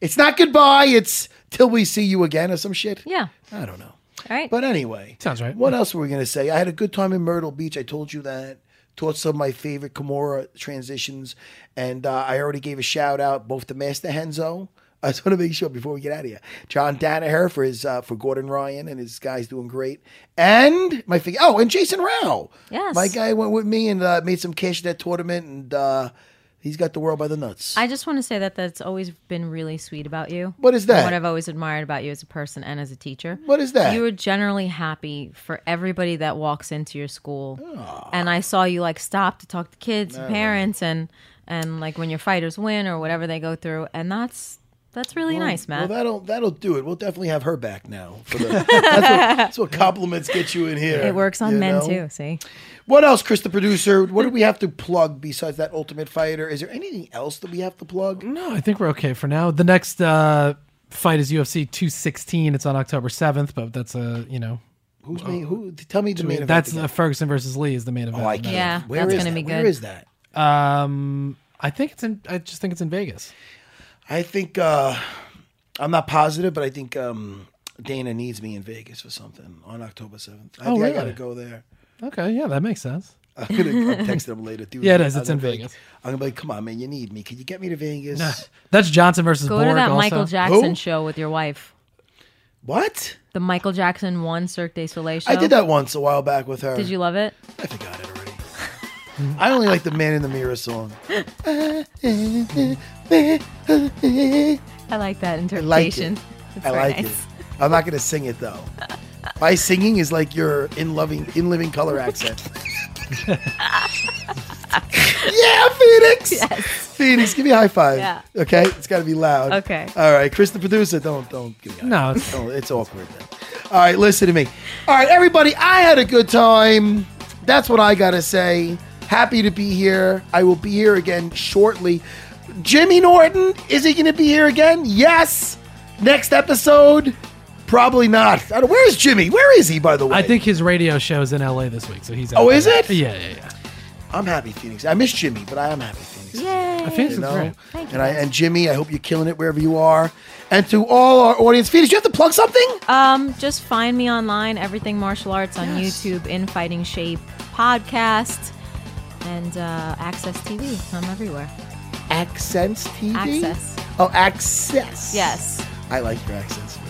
B: It's not goodbye. It's till we see you again or some shit.
G: Yeah.
B: I don't know.
G: All right.
B: But anyway,
F: Sounds right.
B: What else were we gonna say? I had a good time in Myrtle Beach. I told you that. Taught some of my favorite Kimura transitions, and uh, I already gave a shout out both to Master Henzo. I just want to make sure before we get out of here, John Danaher for his uh, for Gordon Ryan and his guys doing great, and my fig- oh, and Jason Rao.
G: Yes.
B: my guy went with me and uh, made some cash at that tournament, and uh, he's got the world by the nuts.
G: I just want to say that that's always been really sweet about you.
B: What is that?
G: What I've always admired about you as a person and as a teacher.
B: What is that?
G: You are generally happy for everybody that walks into your school. And I saw you like stop to talk to kids, and parents, and and like when your fighters win or whatever they go through. And that's that's really nice, Matt.
B: Well, that'll that'll do it. We'll definitely have her back now. For the, that's, what, that's what compliments get you in here.
G: it works on
B: you
G: men
B: know?
G: too. See,
B: What else, Chris, the producer? What do we have to plug besides that Ultimate Fighter? Is there anything else that we have to plug?
F: No, Oh, I think we're okay for now. The next uh, fight is UFC 216. It's on October 7th, but that's a you know
B: Who's me? Who? Tell me the main event.
F: that's
B: again.
F: uh, Ferguson versus Lee is the main event.
B: Oh, I can't.
G: Yeah,
B: Where
G: that's
B: is
G: gonna
B: that?
G: be
B: Where
G: good.
B: is that?
F: Um, I think it's in. I just think it's in Vegas.
B: I think uh, I'm not positive, but I think um, Dana needs me in Vegas for something on October 7th. I
F: Oh,
B: think
F: really?
B: I got to go there.
F: Okay, yeah, that makes sense.
B: I'm gonna I'm texting him later. Dude,
F: Yeah, it is.
B: I'm
F: It's in
B: gonna be
F: Vegas.
B: like- I'm gonna be like, come on, man, you need me. Can you get me to Vegas?
F: That's Johnson versus
G: go
F: Borg.
G: to that
F: also.
G: Michael Jackson
B: Who?
G: show with your wife.
B: What?
G: The Michael Jackson one Cirque du Soleil show.
B: I did that once a while back with her.
G: Did you love it?
B: I forgot it already. I only like the Man in the Mirror song.
G: I like that
B: I like
G: interpretation.
B: it.
G: It's
B: I
G: very
B: like
G: nice.
B: it. I'm not gonna sing it though. My singing is like your in loving in living color accent. yeah, Phoenix. Phoenix, give me a high five.
G: Yeah.
B: Okay, it's got to be loud.
G: Okay.
B: All right, Chris, the producer, don't don't give me. a high
F: No, it's,
B: Oh, it's awkward then. All right, listen to me. All right, everybody, I had a good time. That's what I gotta say. Happy to be here. I will be here again shortly. Jimmy Norton, is he gonna be here again? Yes. Next episode? Probably not. I don't, where is Jimmy? Where is he, by the way?
F: I think his radio show is in LA this week, so he's. out
B: Oh,
F: there.
B: is it?
F: Yeah, yeah, yeah.
B: I'm happy, Phoenix. I miss Jimmy, but I am happy, Phoenix.
F: I
G: Yay.
F: think it's
B: You know?
F: great.
B: and I and Jimmy, I hope you're killing it wherever you are. And to all our audience, Phoenix, you have to plug something?
G: Um, just find me online, everything martial arts on YouTube, in fighting shape podcast, and uh, Access TV. I'm everywhere.
B: Accents TV?
G: Access.
B: Oh, access.
G: Yes.
B: I like your accents, Phoenix.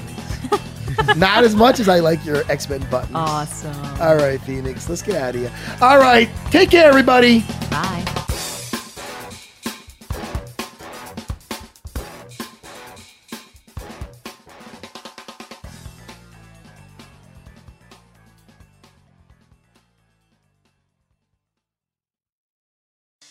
B: Not as much as I like your X Men buttons.
G: Awesome.
B: All right, Phoenix, let's get out of here. All right, take care, everybody.
G: Bye.